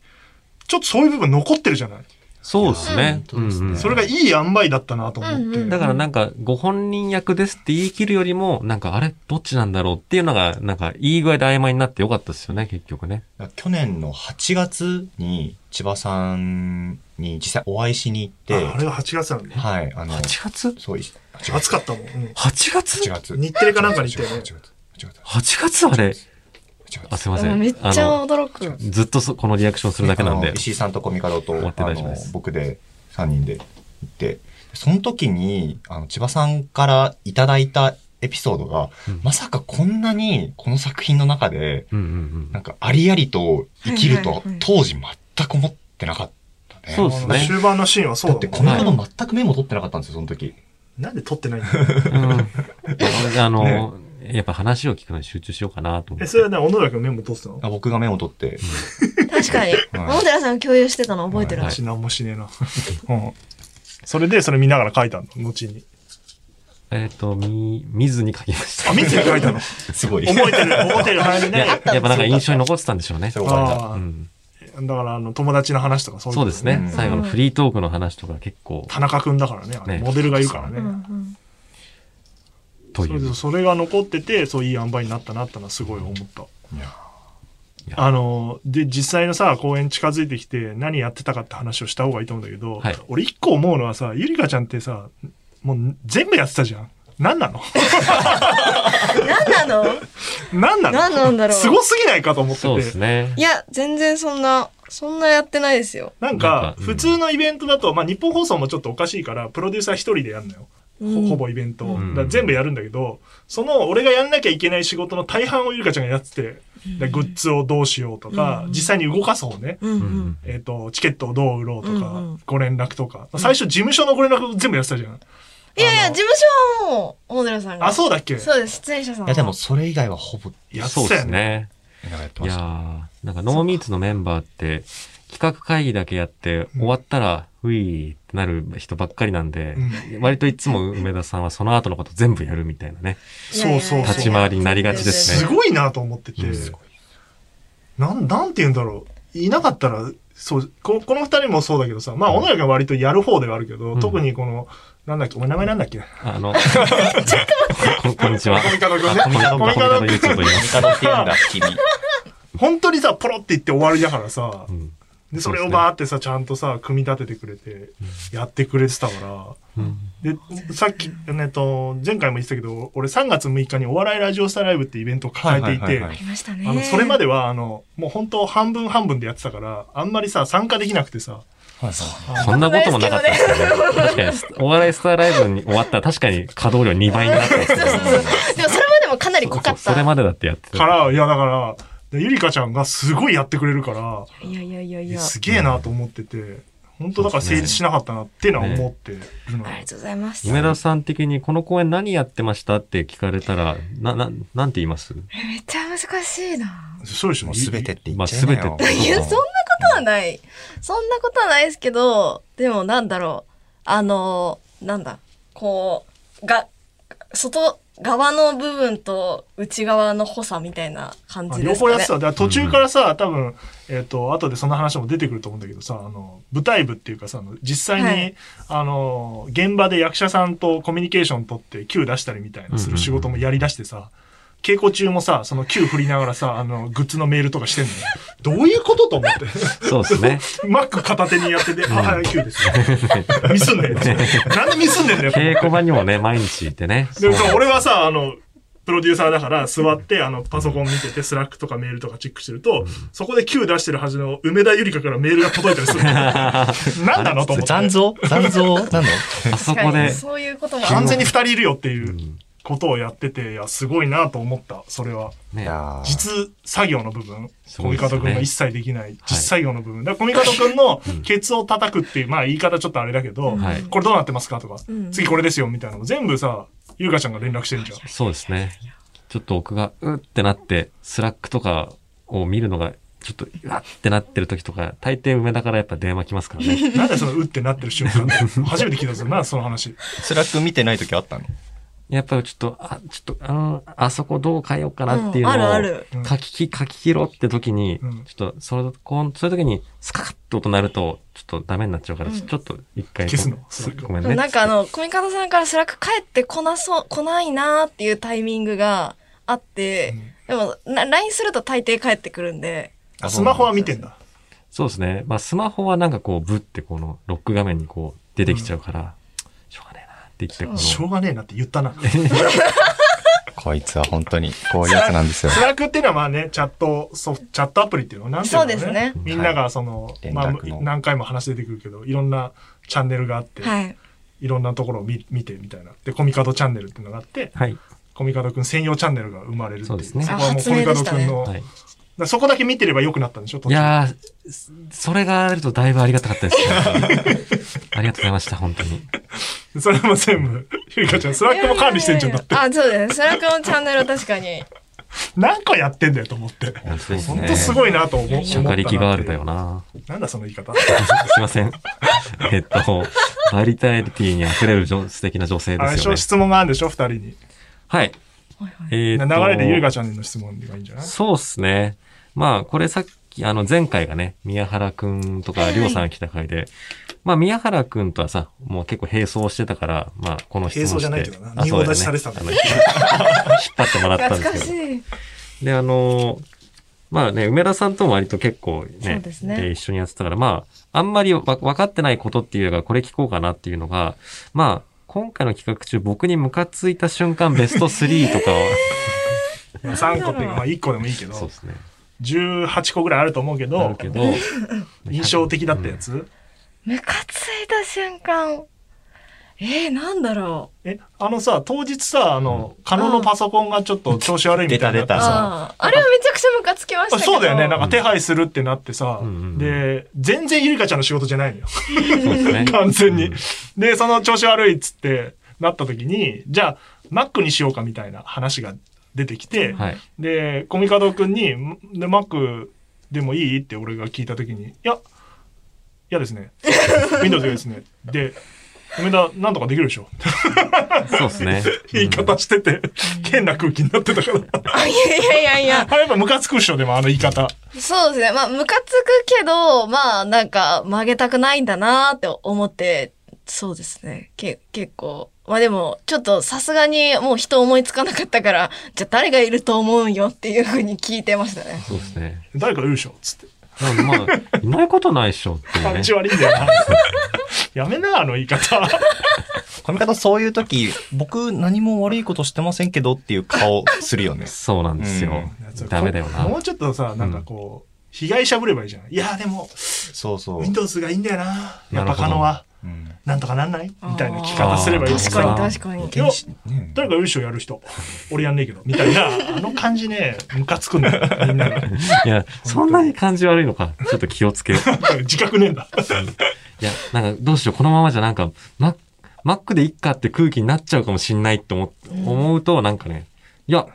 [SPEAKER 2] ちょっとそういう部分残ってるじゃない
[SPEAKER 1] そうですね。
[SPEAKER 3] うん
[SPEAKER 1] うんうん
[SPEAKER 2] それがいい塩梅だったなと思って。
[SPEAKER 4] うんうん
[SPEAKER 1] だからなんか、ご本人役ですって言い切るよりも、なんか、あれどっちなんだろうっていうのが、なんか、いい具合で曖昧になってよかったですよね、結局ね。
[SPEAKER 3] 去年の8月に千葉さんに実際お会いしに行
[SPEAKER 2] ああ
[SPEAKER 3] って、
[SPEAKER 2] れは8月なんだね。
[SPEAKER 3] はい、あの、
[SPEAKER 1] 8月
[SPEAKER 3] そう、い8
[SPEAKER 2] 暑かったもん。うん
[SPEAKER 1] ?8 月
[SPEAKER 3] 8月。
[SPEAKER 2] 日テレかなんかに行ったよね
[SPEAKER 3] 8。月。8月。
[SPEAKER 1] ?8 月あれ
[SPEAKER 3] 8月
[SPEAKER 1] あ、すいませ
[SPEAKER 4] うん
[SPEAKER 1] ん。
[SPEAKER 4] めっちゃ
[SPEAKER 1] あの、
[SPEAKER 4] 驚く。
[SPEAKER 1] ずっとそこのリアクションするだけなん
[SPEAKER 3] あ
[SPEAKER 1] で
[SPEAKER 3] の。石井さんとコミカドと、
[SPEAKER 1] 終わって
[SPEAKER 3] あ
[SPEAKER 1] 大丈夫
[SPEAKER 3] の
[SPEAKER 1] です、
[SPEAKER 3] 僕で3人で行って、その時に、あの、千葉さんからいただいたエピソードが、
[SPEAKER 1] うん
[SPEAKER 3] まさかこんなにこの作品の中で、
[SPEAKER 1] うんうんうん
[SPEAKER 3] なんかありありと生きると
[SPEAKER 4] はい
[SPEAKER 3] は
[SPEAKER 4] はいはい
[SPEAKER 3] 当時全く思ってなかったね。
[SPEAKER 1] そうですね
[SPEAKER 2] 終盤のシーンはそうだ
[SPEAKER 3] だっ
[SPEAKER 2] もん
[SPEAKER 3] て
[SPEAKER 2] ね
[SPEAKER 3] コミカド全くメモ取ってなかったんですよ、その時。
[SPEAKER 2] なんで撮ってないんだよ
[SPEAKER 1] うん、あの、やっぱ話を聞くのに集中しようかなと思
[SPEAKER 2] え、
[SPEAKER 1] っ
[SPEAKER 2] それ
[SPEAKER 1] て。
[SPEAKER 2] はね、小野寺君メモ取ってたの
[SPEAKER 3] あ僕がメモ取って、
[SPEAKER 4] 確かに。小野寺さん共有してたの覚えてる
[SPEAKER 1] はい
[SPEAKER 2] 私なんもしねえな。うん。それで、それ見ながら書いたの、後 に。
[SPEAKER 1] えっ、と、み、見ずに書きました。
[SPEAKER 2] あ、見て書いたの。
[SPEAKER 3] すごい。
[SPEAKER 2] 覚えてる、覚えてる範囲で
[SPEAKER 1] いや、
[SPEAKER 2] ね
[SPEAKER 1] やっ。ぱなんか印象に残ってたんでしょうね
[SPEAKER 3] そ。れ覚えた。
[SPEAKER 2] ああ
[SPEAKER 1] うん、
[SPEAKER 2] だから、あの、友達の話とかそういう
[SPEAKER 1] そ
[SPEAKER 2] の
[SPEAKER 1] うです
[SPEAKER 3] う
[SPEAKER 1] ね
[SPEAKER 3] ん。
[SPEAKER 1] 最後のフリートークの話とか結構、
[SPEAKER 2] 田中君だからねあの
[SPEAKER 1] ね
[SPEAKER 2] モデルがいるから
[SPEAKER 4] うん
[SPEAKER 2] ね。
[SPEAKER 4] うん。
[SPEAKER 1] と
[SPEAKER 2] そ
[SPEAKER 1] い
[SPEAKER 2] れで
[SPEAKER 1] う。
[SPEAKER 2] それが残ってて、そういい塩梅になったなってのはすごい思った。
[SPEAKER 3] いや
[SPEAKER 2] あの、で、実際のさ、公演近づいてきて、何やってたかって話をした方がいいと思うんだけど、
[SPEAKER 1] はい
[SPEAKER 2] 俺一個思うのはさ、ゆりかちゃんってさ、もう全部やってたじゃん。何なの
[SPEAKER 4] 何なの
[SPEAKER 2] 何なの
[SPEAKER 4] 何なんだろう
[SPEAKER 2] すごすぎないかと思ってて。
[SPEAKER 1] そうですね
[SPEAKER 4] い。や、全然そんな、そんなやってないですよ。
[SPEAKER 2] なん
[SPEAKER 1] なん
[SPEAKER 2] か
[SPEAKER 1] か、うん
[SPEAKER 2] 普通のイベントだと、まあ日本放送もちょっとおかしいから、プロデューサー一人でやるのよ。
[SPEAKER 4] う
[SPEAKER 2] ほ
[SPEAKER 4] ん
[SPEAKER 2] ほぼイベントを。
[SPEAKER 1] うん
[SPEAKER 2] だから全部やるんだけど、その俺がやんなきゃいけない仕事の大半をゆりかちゃんがやってて、でグッズをどうしようとか、
[SPEAKER 4] うん
[SPEAKER 2] 実際に動かす方ね。
[SPEAKER 4] うんうん。
[SPEAKER 2] えっ、と、チケットをどう売ろうとか、
[SPEAKER 4] うんうん
[SPEAKER 2] ご連絡とか。最初事務所のご連絡全部やってたじゃん。
[SPEAKER 4] いやいや、
[SPEAKER 2] あの
[SPEAKER 4] 事務所はもう、小野寺さんが。
[SPEAKER 2] あ、そうだっけ
[SPEAKER 4] そうです、出演者さん
[SPEAKER 3] い
[SPEAKER 4] は。
[SPEAKER 3] や、でもそれ以外はほぼ、
[SPEAKER 2] やっ
[SPEAKER 1] そう
[SPEAKER 2] てた
[SPEAKER 1] で
[SPEAKER 2] よ
[SPEAKER 1] す
[SPEAKER 2] ね。
[SPEAKER 1] ね。
[SPEAKER 3] なんかやって
[SPEAKER 1] い
[SPEAKER 3] ま
[SPEAKER 1] や
[SPEAKER 3] した。
[SPEAKER 1] ーなんかノーミーツのメンバーって、企画会議だけやって、終わったら、ふいーってなる人ばっかりなんで、割といつも梅田さんはその後のこと全部やるみたいなね。
[SPEAKER 4] いやいやいや、
[SPEAKER 2] そうそうそう
[SPEAKER 1] 立ち回りになりがちですね
[SPEAKER 2] すごいなと思ってて、
[SPEAKER 3] うんすごい
[SPEAKER 2] なん、なんて言うんだろう。いなかったら、そう、ここの二人もそうだけどさ、まあ、小野寺が割とやる方ではあるけど、
[SPEAKER 1] ん
[SPEAKER 2] 特にこの、なんだっけ、お前名前なんだっけ
[SPEAKER 1] あ の、ここんにちは。
[SPEAKER 2] コミカド君ね。
[SPEAKER 1] コミカド、コミカド
[SPEAKER 2] コミ
[SPEAKER 1] ゆうちゃんと言いま
[SPEAKER 3] ミ
[SPEAKER 1] す
[SPEAKER 3] カ。ドって言うんだ、君。
[SPEAKER 2] 本当にさ、ポロって言って終わりだからさ
[SPEAKER 1] う、ん
[SPEAKER 2] で、それをバーってさ、ちゃんとさ、組み立ててくれて、やってくれてたから、
[SPEAKER 1] うん
[SPEAKER 2] で、さっき、ねと、前回も言ってたけど、俺3月6日にお笑いラジオスターライブってイベントを抱えてい
[SPEAKER 3] はいはい
[SPEAKER 2] て
[SPEAKER 3] はいは
[SPEAKER 4] あ、りましたね。
[SPEAKER 2] あの、それま
[SPEAKER 4] で。
[SPEAKER 2] では、あの、もう本当半分半分でやってたから、あんまりさ、参加できなくてさ、
[SPEAKER 1] そんなこともなかったですけど、確かに、お笑いスターライブに終わったら確かに稼働量2倍になって ます
[SPEAKER 4] そうそうそう。でもそれまでもかなり濃かった。
[SPEAKER 1] それまでだってやってた。
[SPEAKER 2] から、いや、だから、でゆりかちゃんがすごいやってくれるから、
[SPEAKER 4] いやいやいやい
[SPEAKER 2] え
[SPEAKER 4] や。
[SPEAKER 2] すげえなと思ってて、本当だから成立しなかったなっていうのは思ってるの
[SPEAKER 4] ありがとうございます。
[SPEAKER 1] 梅田さん的にこの公演何やってましたって聞かれたら、な、な、なんて言います
[SPEAKER 4] めっちゃ難しいな。
[SPEAKER 2] そうでしょ
[SPEAKER 3] もう全てっ。て言
[SPEAKER 1] まあ
[SPEAKER 3] っちゃいな
[SPEAKER 1] 全
[SPEAKER 3] よ
[SPEAKER 1] て。って
[SPEAKER 4] いや、そんなことはない。そんなことはないですけど、でもなんだろう。あの、なんだ、こう、が、外側の部分と内側の補佐みたいな感
[SPEAKER 2] あ
[SPEAKER 4] じ
[SPEAKER 2] 両
[SPEAKER 4] です
[SPEAKER 2] 方
[SPEAKER 4] か
[SPEAKER 2] やって
[SPEAKER 4] ね
[SPEAKER 2] た。。だから途中からさ、多分、えっ、と、後でその話も出てくると思うんだけどさ、あの、舞台部っていうかさ、あの実際に、
[SPEAKER 4] はい
[SPEAKER 2] あの、現場で役者さんとコミュニケーション取って Q 出したりみたいなする仕事もやり出してさ、稽古中もさ、その Q 振りながらさ、あの、グッズのメールとかしてんのよ。どういうことと思って。
[SPEAKER 1] そうですね。
[SPEAKER 2] マック片手にやってて、あ、はい、Q です。ミスんねん。なんでミスんねんだよ。
[SPEAKER 1] 稽古場にもね、毎日行ってね。
[SPEAKER 2] で
[SPEAKER 1] そう
[SPEAKER 2] もそう俺はさ、あの、プロデューサーだから座って、あの、パソコン見てて、スラックとかメールとかチェックしてると、そこで Q 出してるはずの梅田ゆりかからメールが届いたりする。なんなのと思って。
[SPEAKER 3] 残像残像なの
[SPEAKER 1] あそこ
[SPEAKER 4] 確かに
[SPEAKER 1] で、
[SPEAKER 4] そういうこともある
[SPEAKER 2] 完全に二人いるよっていううんことをやってて、いや、すごいなと思った、それは。
[SPEAKER 1] ね、
[SPEAKER 3] いやー
[SPEAKER 2] 実作業の部分。
[SPEAKER 1] す
[SPEAKER 2] コ
[SPEAKER 1] ごい
[SPEAKER 2] ミ
[SPEAKER 1] で
[SPEAKER 2] カ
[SPEAKER 1] す
[SPEAKER 2] ド
[SPEAKER 1] よね
[SPEAKER 2] 君が一切できない実作業の部分。だからコミカド君のケツを叩くっていう、まあ言い方ちょっとあれだけど、
[SPEAKER 1] はい
[SPEAKER 2] これどうなってますかとか、
[SPEAKER 4] うん
[SPEAKER 2] 次これですよみたいなのも全部さ、ゆうかちゃんが連絡してんじゃん。
[SPEAKER 1] そうですね。ちょっと奥が、うってなって、スラックとかを見るのが、ちょっと、うわってなってる時とか、大抵梅田からやっぱ電話来ますから ね。
[SPEAKER 2] なんでそのうってなってる瞬間初めて聞いたんですよ。なんでその話。
[SPEAKER 3] スラック見てない時あったの
[SPEAKER 1] やっぱりちょっと、あ、ちょっと、あの、あそこどう変えようかなっていうのを、
[SPEAKER 4] うんあるある
[SPEAKER 2] うん
[SPEAKER 1] 書きき、書き切ろうって時に、
[SPEAKER 2] うん
[SPEAKER 1] ちょっと、その、こう、そういう時に、スカカッと音鳴ると、ちょっとダメになっちゃうから、
[SPEAKER 4] う
[SPEAKER 1] ち
[SPEAKER 4] ん
[SPEAKER 1] ょっと一回。
[SPEAKER 2] 消すの
[SPEAKER 1] ごめん
[SPEAKER 4] でも
[SPEAKER 1] ね。
[SPEAKER 4] なんかあの、コミカドさんからスラック帰ってこなそう、来ないなーっていうタイミングがあって、でも、な LINE すると大抵帰ってくるんで、
[SPEAKER 3] あ
[SPEAKER 2] スマホは見てんだ。
[SPEAKER 1] そうですね。まあ、スマホはなんかこう、ブってこの、ロック画面にこう、出てきちゃうから、しょうがねえなって言って、この、
[SPEAKER 2] しょうがねえなって言ったな。
[SPEAKER 3] こいつは本当にこういうやつなんですよ
[SPEAKER 2] スラックっていうのはまあね、チャット、ソフト、チャットアプリっていうのなんていうのか
[SPEAKER 4] そうですね
[SPEAKER 2] みんながその、
[SPEAKER 3] い
[SPEAKER 2] まあ
[SPEAKER 3] 連絡の
[SPEAKER 2] 何回も話出てくるけど、いろんなチャンネルがあって、
[SPEAKER 4] はい。
[SPEAKER 2] いろんなところを見見てみたいな。で、コミカドチャンネルっていうのがあって、
[SPEAKER 1] はい。
[SPEAKER 2] コミカドくん専用チャンネルが生まれるってい
[SPEAKER 1] そう
[SPEAKER 2] う。
[SPEAKER 1] ですね
[SPEAKER 2] こはもうコミカドくんの、
[SPEAKER 1] はい。
[SPEAKER 2] だからそこだけ見てれば良くなったんでしょ途
[SPEAKER 1] い
[SPEAKER 2] 中
[SPEAKER 1] やー、すそれがあるとだいぶありがたかったです、 ありがとうございました、本当に。
[SPEAKER 2] でそれも全部、ゆりかちゃん、スラックも管理してんじゃんだって。
[SPEAKER 4] あ、そうです。スラックのチャンネルは確か に。
[SPEAKER 2] 何個やってんだよと思って。
[SPEAKER 3] 本当です
[SPEAKER 2] 本
[SPEAKER 3] ね
[SPEAKER 2] 当すごいなと思思ったなって。
[SPEAKER 1] 職力があるだよな。
[SPEAKER 2] なんだその言い 方。
[SPEAKER 1] すいません。えっと、バリタリティに溢れる女素敵な女性
[SPEAKER 2] あれ
[SPEAKER 1] で
[SPEAKER 2] ですしょ
[SPEAKER 1] よね。
[SPEAKER 2] 質問があるんでしょ二人に。
[SPEAKER 1] はい。え
[SPEAKER 2] 流
[SPEAKER 1] ーっと
[SPEAKER 2] れでゆうかちゃんへの質問がいいんじゃない
[SPEAKER 1] そうっすね。まあ、これさっき、あの、前回がね、宮原くんとか、りょうさんが来た回で、まあ、宮原くんとはさ、もう結構並走してたから、まあ、この質問して。
[SPEAKER 2] 並走じゃないけどな
[SPEAKER 1] あ
[SPEAKER 2] 二
[SPEAKER 1] そう
[SPEAKER 2] 号
[SPEAKER 1] だ
[SPEAKER 2] 出
[SPEAKER 1] よね
[SPEAKER 2] しされてたんだ
[SPEAKER 1] あの引っ張ってもらったん
[SPEAKER 4] 懐か
[SPEAKER 1] です
[SPEAKER 4] し
[SPEAKER 1] けど。
[SPEAKER 4] い。
[SPEAKER 1] で、あのーまあね、梅田さんとも割と結構
[SPEAKER 4] そう
[SPEAKER 1] ね、
[SPEAKER 4] ですね
[SPEAKER 1] 一緒にやってたから、まあ、あんまりわ分かってないことっていうか、これ聞こうかなっていうのが、まあ、今回の企画中、僕にムカついた瞬間、ベスト3とかを、
[SPEAKER 2] まあ3個っていうか、まあ1個でもいいけど、
[SPEAKER 1] そうですね。
[SPEAKER 2] 18個ぐらいあると思うけ
[SPEAKER 1] ある
[SPEAKER 2] ど、
[SPEAKER 1] けど、
[SPEAKER 2] 印象的だったやつ、
[SPEAKER 4] ムカついた瞬間。えー、なんだろ
[SPEAKER 2] え、あのさ、当日さ、あの、カノのパソコンがちょっと調子悪いみたいになって
[SPEAKER 4] う。
[SPEAKER 3] 出た出
[SPEAKER 2] さ、
[SPEAKER 4] ああー、あれはめちゃくちゃムカつきましたけど。
[SPEAKER 2] そうだよね。なんか手配するってなってさ、
[SPEAKER 1] うんうんうん
[SPEAKER 2] で、全然ゆりかちゃんの仕事じゃないのよ。
[SPEAKER 1] うんそうですね。
[SPEAKER 2] 完全に
[SPEAKER 1] うん。
[SPEAKER 2] で、その調子悪いっつってなった時に、じゃあ、Mac にしようかみたいな話が出てきて、
[SPEAKER 1] はい。
[SPEAKER 2] で、コミカド君に、んで、Mac でもいいって俺が聞いた時に、いや、いやですね。Windows がいいですね。で、梅田、なんとかできるでしょ。
[SPEAKER 1] そうですね。
[SPEAKER 2] 言い方してて、変な空気になってたから。
[SPEAKER 4] あい やいやいやいや
[SPEAKER 2] あ、やっぱムカつくっしょ、でもあの言い方。
[SPEAKER 4] そうですねまあムカつくけどまあなんか曲げたくないんだなーって思ってそうですねけ結構まあでもちょっとさすがにもう人思いつかなかったからじゃあ誰がいると思うんよっていうふうに聞いてましたね
[SPEAKER 1] そうですね。
[SPEAKER 2] 誰か言うでしょ、つって。
[SPEAKER 1] でもまあ、いないことないっしょっていう
[SPEAKER 2] 感
[SPEAKER 1] ね。。
[SPEAKER 2] じ悪いんだよな。やめな、あの言い方。
[SPEAKER 3] 髪型そういう時、僕何も悪いことしてませんけどっていう顔する よね
[SPEAKER 1] そうなんですよ。 ダメだよな
[SPEAKER 2] も。うちょっとさ、なんかこう、被害者ぶればいいじゃん。いや、でも、
[SPEAKER 3] そうそう。
[SPEAKER 2] Windows がいいんだよな。やっ
[SPEAKER 1] なる
[SPEAKER 2] ぱ
[SPEAKER 1] ほど
[SPEAKER 2] 可能は、
[SPEAKER 3] うん
[SPEAKER 2] なんとかなんないみたいな聞き方すればいい
[SPEAKER 1] あー
[SPEAKER 4] 確かに
[SPEAKER 2] さ
[SPEAKER 4] 確かに
[SPEAKER 2] いや
[SPEAKER 3] ね
[SPEAKER 2] 誰か優勝やる人、俺やんねえけど、みたいな、あの感じね、ムカつくんだよ、みんなが。
[SPEAKER 1] いや、そんなに感じ悪いのか。ちょっと気をつけよう。
[SPEAKER 2] 自覚ねえんだ。
[SPEAKER 1] いや、なんかどうしよう。このままじゃなんか、ママックでいっかって空気になっちゃうかもしんないって思,、思うと、なんかね、いや、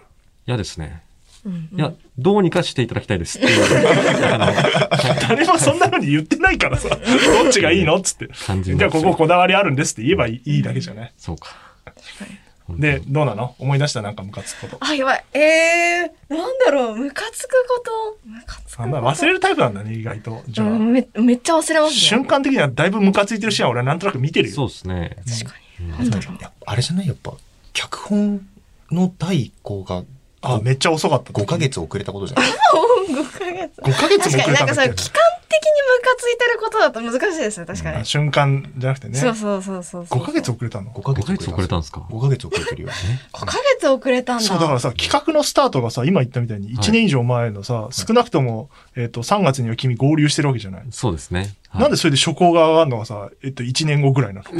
[SPEAKER 1] 嫌ですね。
[SPEAKER 4] うんうん
[SPEAKER 1] いや、どうにかしていただきたいですっていう、あの
[SPEAKER 2] 誰もそんな風に言ってないからさ、どっちがいいのっつって。
[SPEAKER 1] 感じに
[SPEAKER 2] じ
[SPEAKER 1] な
[SPEAKER 2] ゃ
[SPEAKER 1] っ
[SPEAKER 2] あ、
[SPEAKER 1] ちゃ
[SPEAKER 2] こ
[SPEAKER 1] う
[SPEAKER 2] ここだわりあるんですって言えばいいだけじゃない。
[SPEAKER 1] そうか。
[SPEAKER 2] で、どうなの思い出したなんかムカつくこと。
[SPEAKER 4] あ、やばい。えー、なんだろう、ムカつくこと。ムカつく
[SPEAKER 2] あ
[SPEAKER 4] こ
[SPEAKER 2] ん
[SPEAKER 4] と。
[SPEAKER 2] まあ忘れるタイプなんだね、意外と。じゃあ、
[SPEAKER 4] うんめめっちゃ忘れますね。
[SPEAKER 2] 瞬間的にはだいぶムカついてるシーンは俺はなんとなく見てるよ。
[SPEAKER 1] そうですね。
[SPEAKER 4] 確かに。なんだろう。
[SPEAKER 3] やっぱあれじゃないやっぱ、脚本の第一項が
[SPEAKER 2] あ、めっちゃ遅かった。
[SPEAKER 3] 5ヶ。月遅れたことじゃ ない
[SPEAKER 4] 5ヶ月。
[SPEAKER 2] 5ヶ月も
[SPEAKER 4] 確か
[SPEAKER 2] 遅
[SPEAKER 4] に
[SPEAKER 2] れた
[SPEAKER 4] なん
[SPEAKER 2] んだ
[SPEAKER 4] か
[SPEAKER 2] っ
[SPEAKER 4] そ
[SPEAKER 2] け
[SPEAKER 4] れ期間的にムカついてることだと難しいですね、確か
[SPEAKER 2] あ
[SPEAKER 4] に。
[SPEAKER 2] 瞬間じゃなくてね。
[SPEAKER 4] そうそうそうそうそう。
[SPEAKER 2] 5ヶ月遅れたの
[SPEAKER 3] 5ヶ
[SPEAKER 1] 5ヶ
[SPEAKER 3] 月
[SPEAKER 1] 月遅れたんですか
[SPEAKER 3] 5ヶ月遅れてるよ。
[SPEAKER 4] 5ヶ月遅れたんだ。
[SPEAKER 2] そう、だからさ、企画のスタートがさ、今言ったみたいに1年以上前のさ、少なくとも、えっと、3月には君合流してるわけじゃない。
[SPEAKER 1] そうですね。はい
[SPEAKER 2] なんでそれで初行が上がるのがさ、えっと、1年後ぐらいなの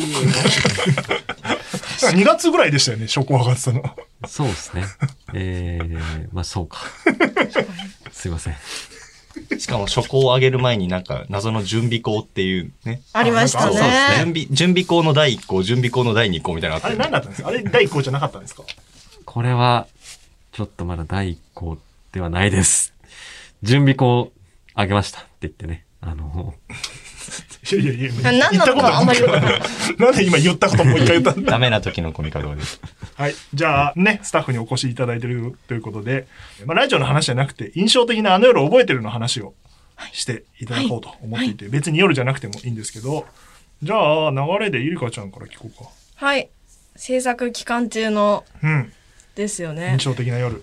[SPEAKER 2] ?2 月ぐらいでしたよね、初行上がってたの。
[SPEAKER 1] そうです ね。えー、まあそう か。すいません。
[SPEAKER 3] しかも初稿を上げる前になんか謎の準備校っていうね。
[SPEAKER 4] ありました
[SPEAKER 2] そう
[SPEAKER 4] ね。
[SPEAKER 2] そうで
[SPEAKER 3] 準備、準備校の第1項、準備校の第2項みたいなのあっ
[SPEAKER 2] あれ
[SPEAKER 3] たよね
[SPEAKER 2] 何だったんですかあれ第1項じゃなかったんですか
[SPEAKER 1] これは、ちょっとまだ第一項ではないです。準備校あげましたって言ってね。あの、
[SPEAKER 2] いやいやいや、
[SPEAKER 4] 何なの
[SPEAKER 2] 言ったこと
[SPEAKER 4] かあんまりよく
[SPEAKER 2] ない。なんで今言ったこともう一回言ったんだ
[SPEAKER 3] ダメな時のコミカドです。
[SPEAKER 2] はい。じゃあね、スタッフにお越しいただいてるということで、まあ、ラジオの話じゃなくて、印象的なあの夜覚えてるの話をしていただこうと思っていて、別に夜じゃなくてもいいんですけど、じゃあ、流れでゆりかちゃんから聞こうか。
[SPEAKER 4] はい。制作期間中の
[SPEAKER 2] うん。
[SPEAKER 4] ですよね
[SPEAKER 2] 印。象的な夜。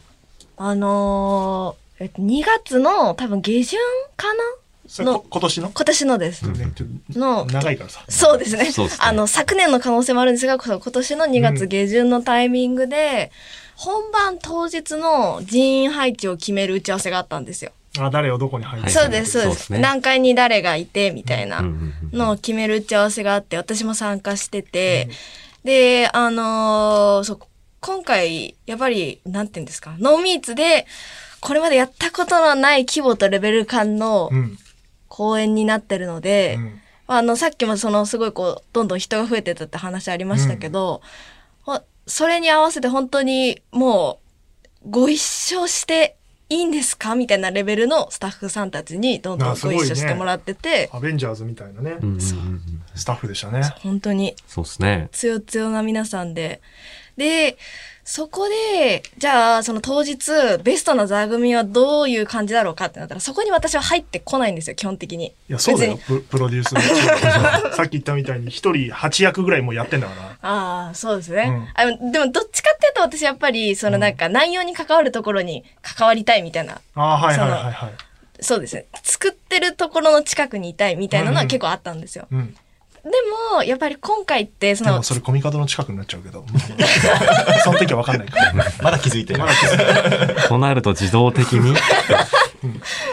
[SPEAKER 4] あのー、えっと2月の多分下旬かな
[SPEAKER 2] それこ
[SPEAKER 4] の
[SPEAKER 2] 今年の、
[SPEAKER 4] 今年のです。
[SPEAKER 2] ね、ちょっ
[SPEAKER 4] の
[SPEAKER 2] と、長いからさ。
[SPEAKER 4] そうですね。
[SPEAKER 1] そうですね
[SPEAKER 4] あの、昨年の可能性もあるんですが、こそ今年の2月下旬のタイミングで、本番当日の人員配置を決める打ち合わせがあったんですよ。
[SPEAKER 2] あ、誰をどこに入って
[SPEAKER 1] はい
[SPEAKER 4] そうです、そ
[SPEAKER 1] そ
[SPEAKER 4] う
[SPEAKER 1] う
[SPEAKER 4] で
[SPEAKER 1] です
[SPEAKER 4] す。
[SPEAKER 1] ね
[SPEAKER 4] 何階に誰がいて、みたいな
[SPEAKER 1] うんうんうん
[SPEAKER 4] のを決める打ち合わせがあって、私も参加してて、で、あのーそう、今回、やっぱり、なんて言うんですか、ノーミーツで、これまでやったことのない規模とレベル感の
[SPEAKER 2] うん。
[SPEAKER 4] 公演になってるので、
[SPEAKER 2] うん。
[SPEAKER 4] まああの、さっきもそのすごいこう、どんどん人が増えてたって話ありましたけど、ほそれに合わせて本当にもう、ご一緒していいんですかみたいなレベルのスタッフさんたちにどんど
[SPEAKER 2] あ
[SPEAKER 4] ん
[SPEAKER 2] すごい
[SPEAKER 4] ご
[SPEAKER 2] ね
[SPEAKER 4] 一緒してもらってて、
[SPEAKER 2] アベンジャーズみたいなね、
[SPEAKER 1] うんうんうん
[SPEAKER 2] スタッフでしたね。
[SPEAKER 4] 本当に
[SPEAKER 1] そうですね。
[SPEAKER 4] つよつよな皆さんで。で、そこで、じゃあ、その当日、ベストな座組はどういう感じだろうかってなったら、そこに私は入ってこないんですよ、基本的に。
[SPEAKER 2] いや、そうだよ
[SPEAKER 4] 別に。、
[SPEAKER 2] ププロデュースのチー ムさっき言ったみたいに、一人8役ぐらいもうやってんだから。
[SPEAKER 4] ああ、そうですね。あでも、でもどっちかっていうと私やっぱり、そのなんか内容に関わるところに関わりたいみたいな、
[SPEAKER 2] あーはいはいはいはい。
[SPEAKER 4] そうですね。作ってるところの近くにいたいみたいなの
[SPEAKER 2] うんう
[SPEAKER 4] は
[SPEAKER 2] ん
[SPEAKER 4] 結構あったんですよ。
[SPEAKER 2] うん。
[SPEAKER 4] でも、やっぱり今回って、そ
[SPEAKER 2] でも
[SPEAKER 4] の、
[SPEAKER 2] それコミカドの近くになっちゃうけど。ま あその時はわかんないから。
[SPEAKER 3] まだ気づいて ない。
[SPEAKER 1] となると自動的に、
[SPEAKER 2] は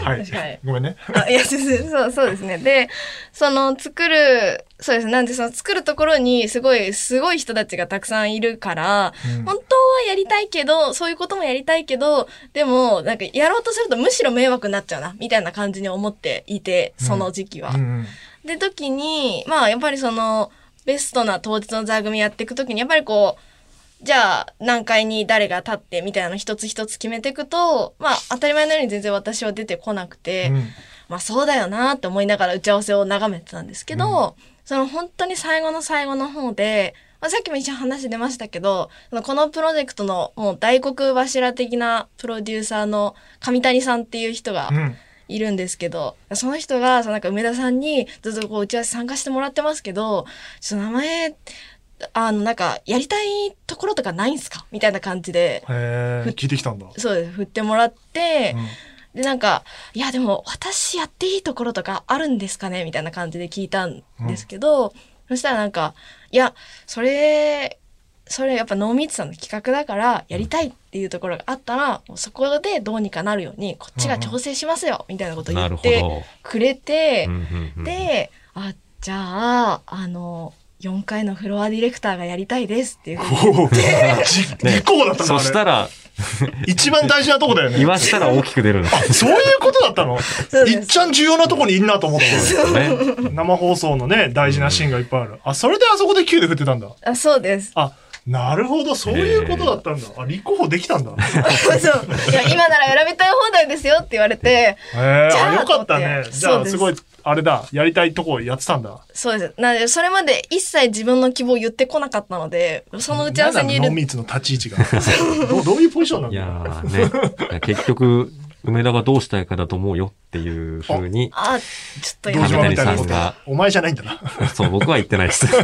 [SPEAKER 4] 確かに
[SPEAKER 2] い。ごめんね。
[SPEAKER 4] あいや、先生そう、そうですね。で、その作る、そうですね。なんでその作るところにすごい、すごい人たちがたくさんいるから、
[SPEAKER 2] うん
[SPEAKER 4] 本当はやりたいけど、そういうこともやりたいけど、でも、なんかやろうとするとむしろ迷惑になっちゃうな、みたいな感じに思っていて、その時期は。
[SPEAKER 2] うんうん。
[SPEAKER 4] で、時に、まあ、やっぱりその、ベストな当日の座組やっていく時に、やっぱりこう、じゃあ、何階に誰が立って、みたいなの一つ一つ決めていくと、まあ、当たり前のように全然私は出てこなくて、
[SPEAKER 2] うん
[SPEAKER 4] まあそうだよなって思いながら打ち合わせを眺めてたんですけど、その本当に最後の最後の方で、まあ、さっきも一応話出ましたけど、そのこのプロジェクトのもう大黒柱的なプロデューサーの上谷さんっていう人が
[SPEAKER 2] うん
[SPEAKER 4] いるんですけど、その人が、そのなんか梅田さんにずっとこう打ち合わせ参加してもらってますけど、ちょっと名前、あの、なんか、やりたいところとかないんすかみたいな感じで、
[SPEAKER 2] へえ聞いてきたんだ、
[SPEAKER 4] そうです、振ってもらって、
[SPEAKER 2] うん
[SPEAKER 4] で、なんか、いや、でも、私やっていいところとかあるんですかねみたいな感じで聞いたんですけど、そしたらなんか、いや、それ、それやっぱノーミーツさんの企画だから、やりたいっていうところがあったら、もうそこでどうにかなるように、こっちが調整しますよみたいなことを言
[SPEAKER 1] なる
[SPEAKER 4] っ
[SPEAKER 1] ほ
[SPEAKER 4] て
[SPEAKER 1] ど。
[SPEAKER 4] くれて
[SPEAKER 1] うん、うんうん、
[SPEAKER 4] で、あ、じゃあ、あの、4階のフロアディレクターがやりたいです っていうふうに
[SPEAKER 2] おお、じ
[SPEAKER 1] ね
[SPEAKER 2] 技巧だったの
[SPEAKER 1] そ
[SPEAKER 2] あ
[SPEAKER 1] し
[SPEAKER 2] れ
[SPEAKER 1] たら、
[SPEAKER 2] 一番大事なとこだよね
[SPEAKER 1] 言わしたら大きく出るの。
[SPEAKER 2] あそういうことだったの
[SPEAKER 4] そう
[SPEAKER 2] い
[SPEAKER 4] で
[SPEAKER 2] っ
[SPEAKER 4] す
[SPEAKER 2] ちゃん重要なとこにいんなと思った
[SPEAKER 1] ね、
[SPEAKER 2] の生放送のね大事なシーンがいっぱいあるあそれであそこで Q で振ってたんだ
[SPEAKER 4] あそうです。
[SPEAKER 2] あなるほどそういうことだったんだあ立候補でき たんだへ
[SPEAKER 4] そう。いや、今なら選びたい放題ですよって言われて、
[SPEAKER 2] え
[SPEAKER 4] じゃあ
[SPEAKER 2] よかったね
[SPEAKER 4] と思って
[SPEAKER 2] じゃ
[SPEAKER 4] そう
[SPEAKER 2] あ
[SPEAKER 4] です
[SPEAKER 2] すごいあれだやりたいとこやってたんだ
[SPEAKER 4] そうです。なので、それまで一切自分の希望を言ってこなかったので、その打ち合わせにい
[SPEAKER 2] なんだノー
[SPEAKER 4] る。
[SPEAKER 2] ミーツの立ち位置がどうどういうポジションなん
[SPEAKER 1] い
[SPEAKER 2] だ
[SPEAKER 1] や
[SPEAKER 2] ろう
[SPEAKER 1] ーね、結局、梅田がどうしたいかだと思うよっていうふうに、
[SPEAKER 4] あ、ちょっと
[SPEAKER 2] 堂
[SPEAKER 4] 今。
[SPEAKER 2] 島みたいなこ
[SPEAKER 1] 亀谷さん
[SPEAKER 2] と
[SPEAKER 1] が
[SPEAKER 2] お前じゃないんだな
[SPEAKER 1] そう、僕は言ってないです。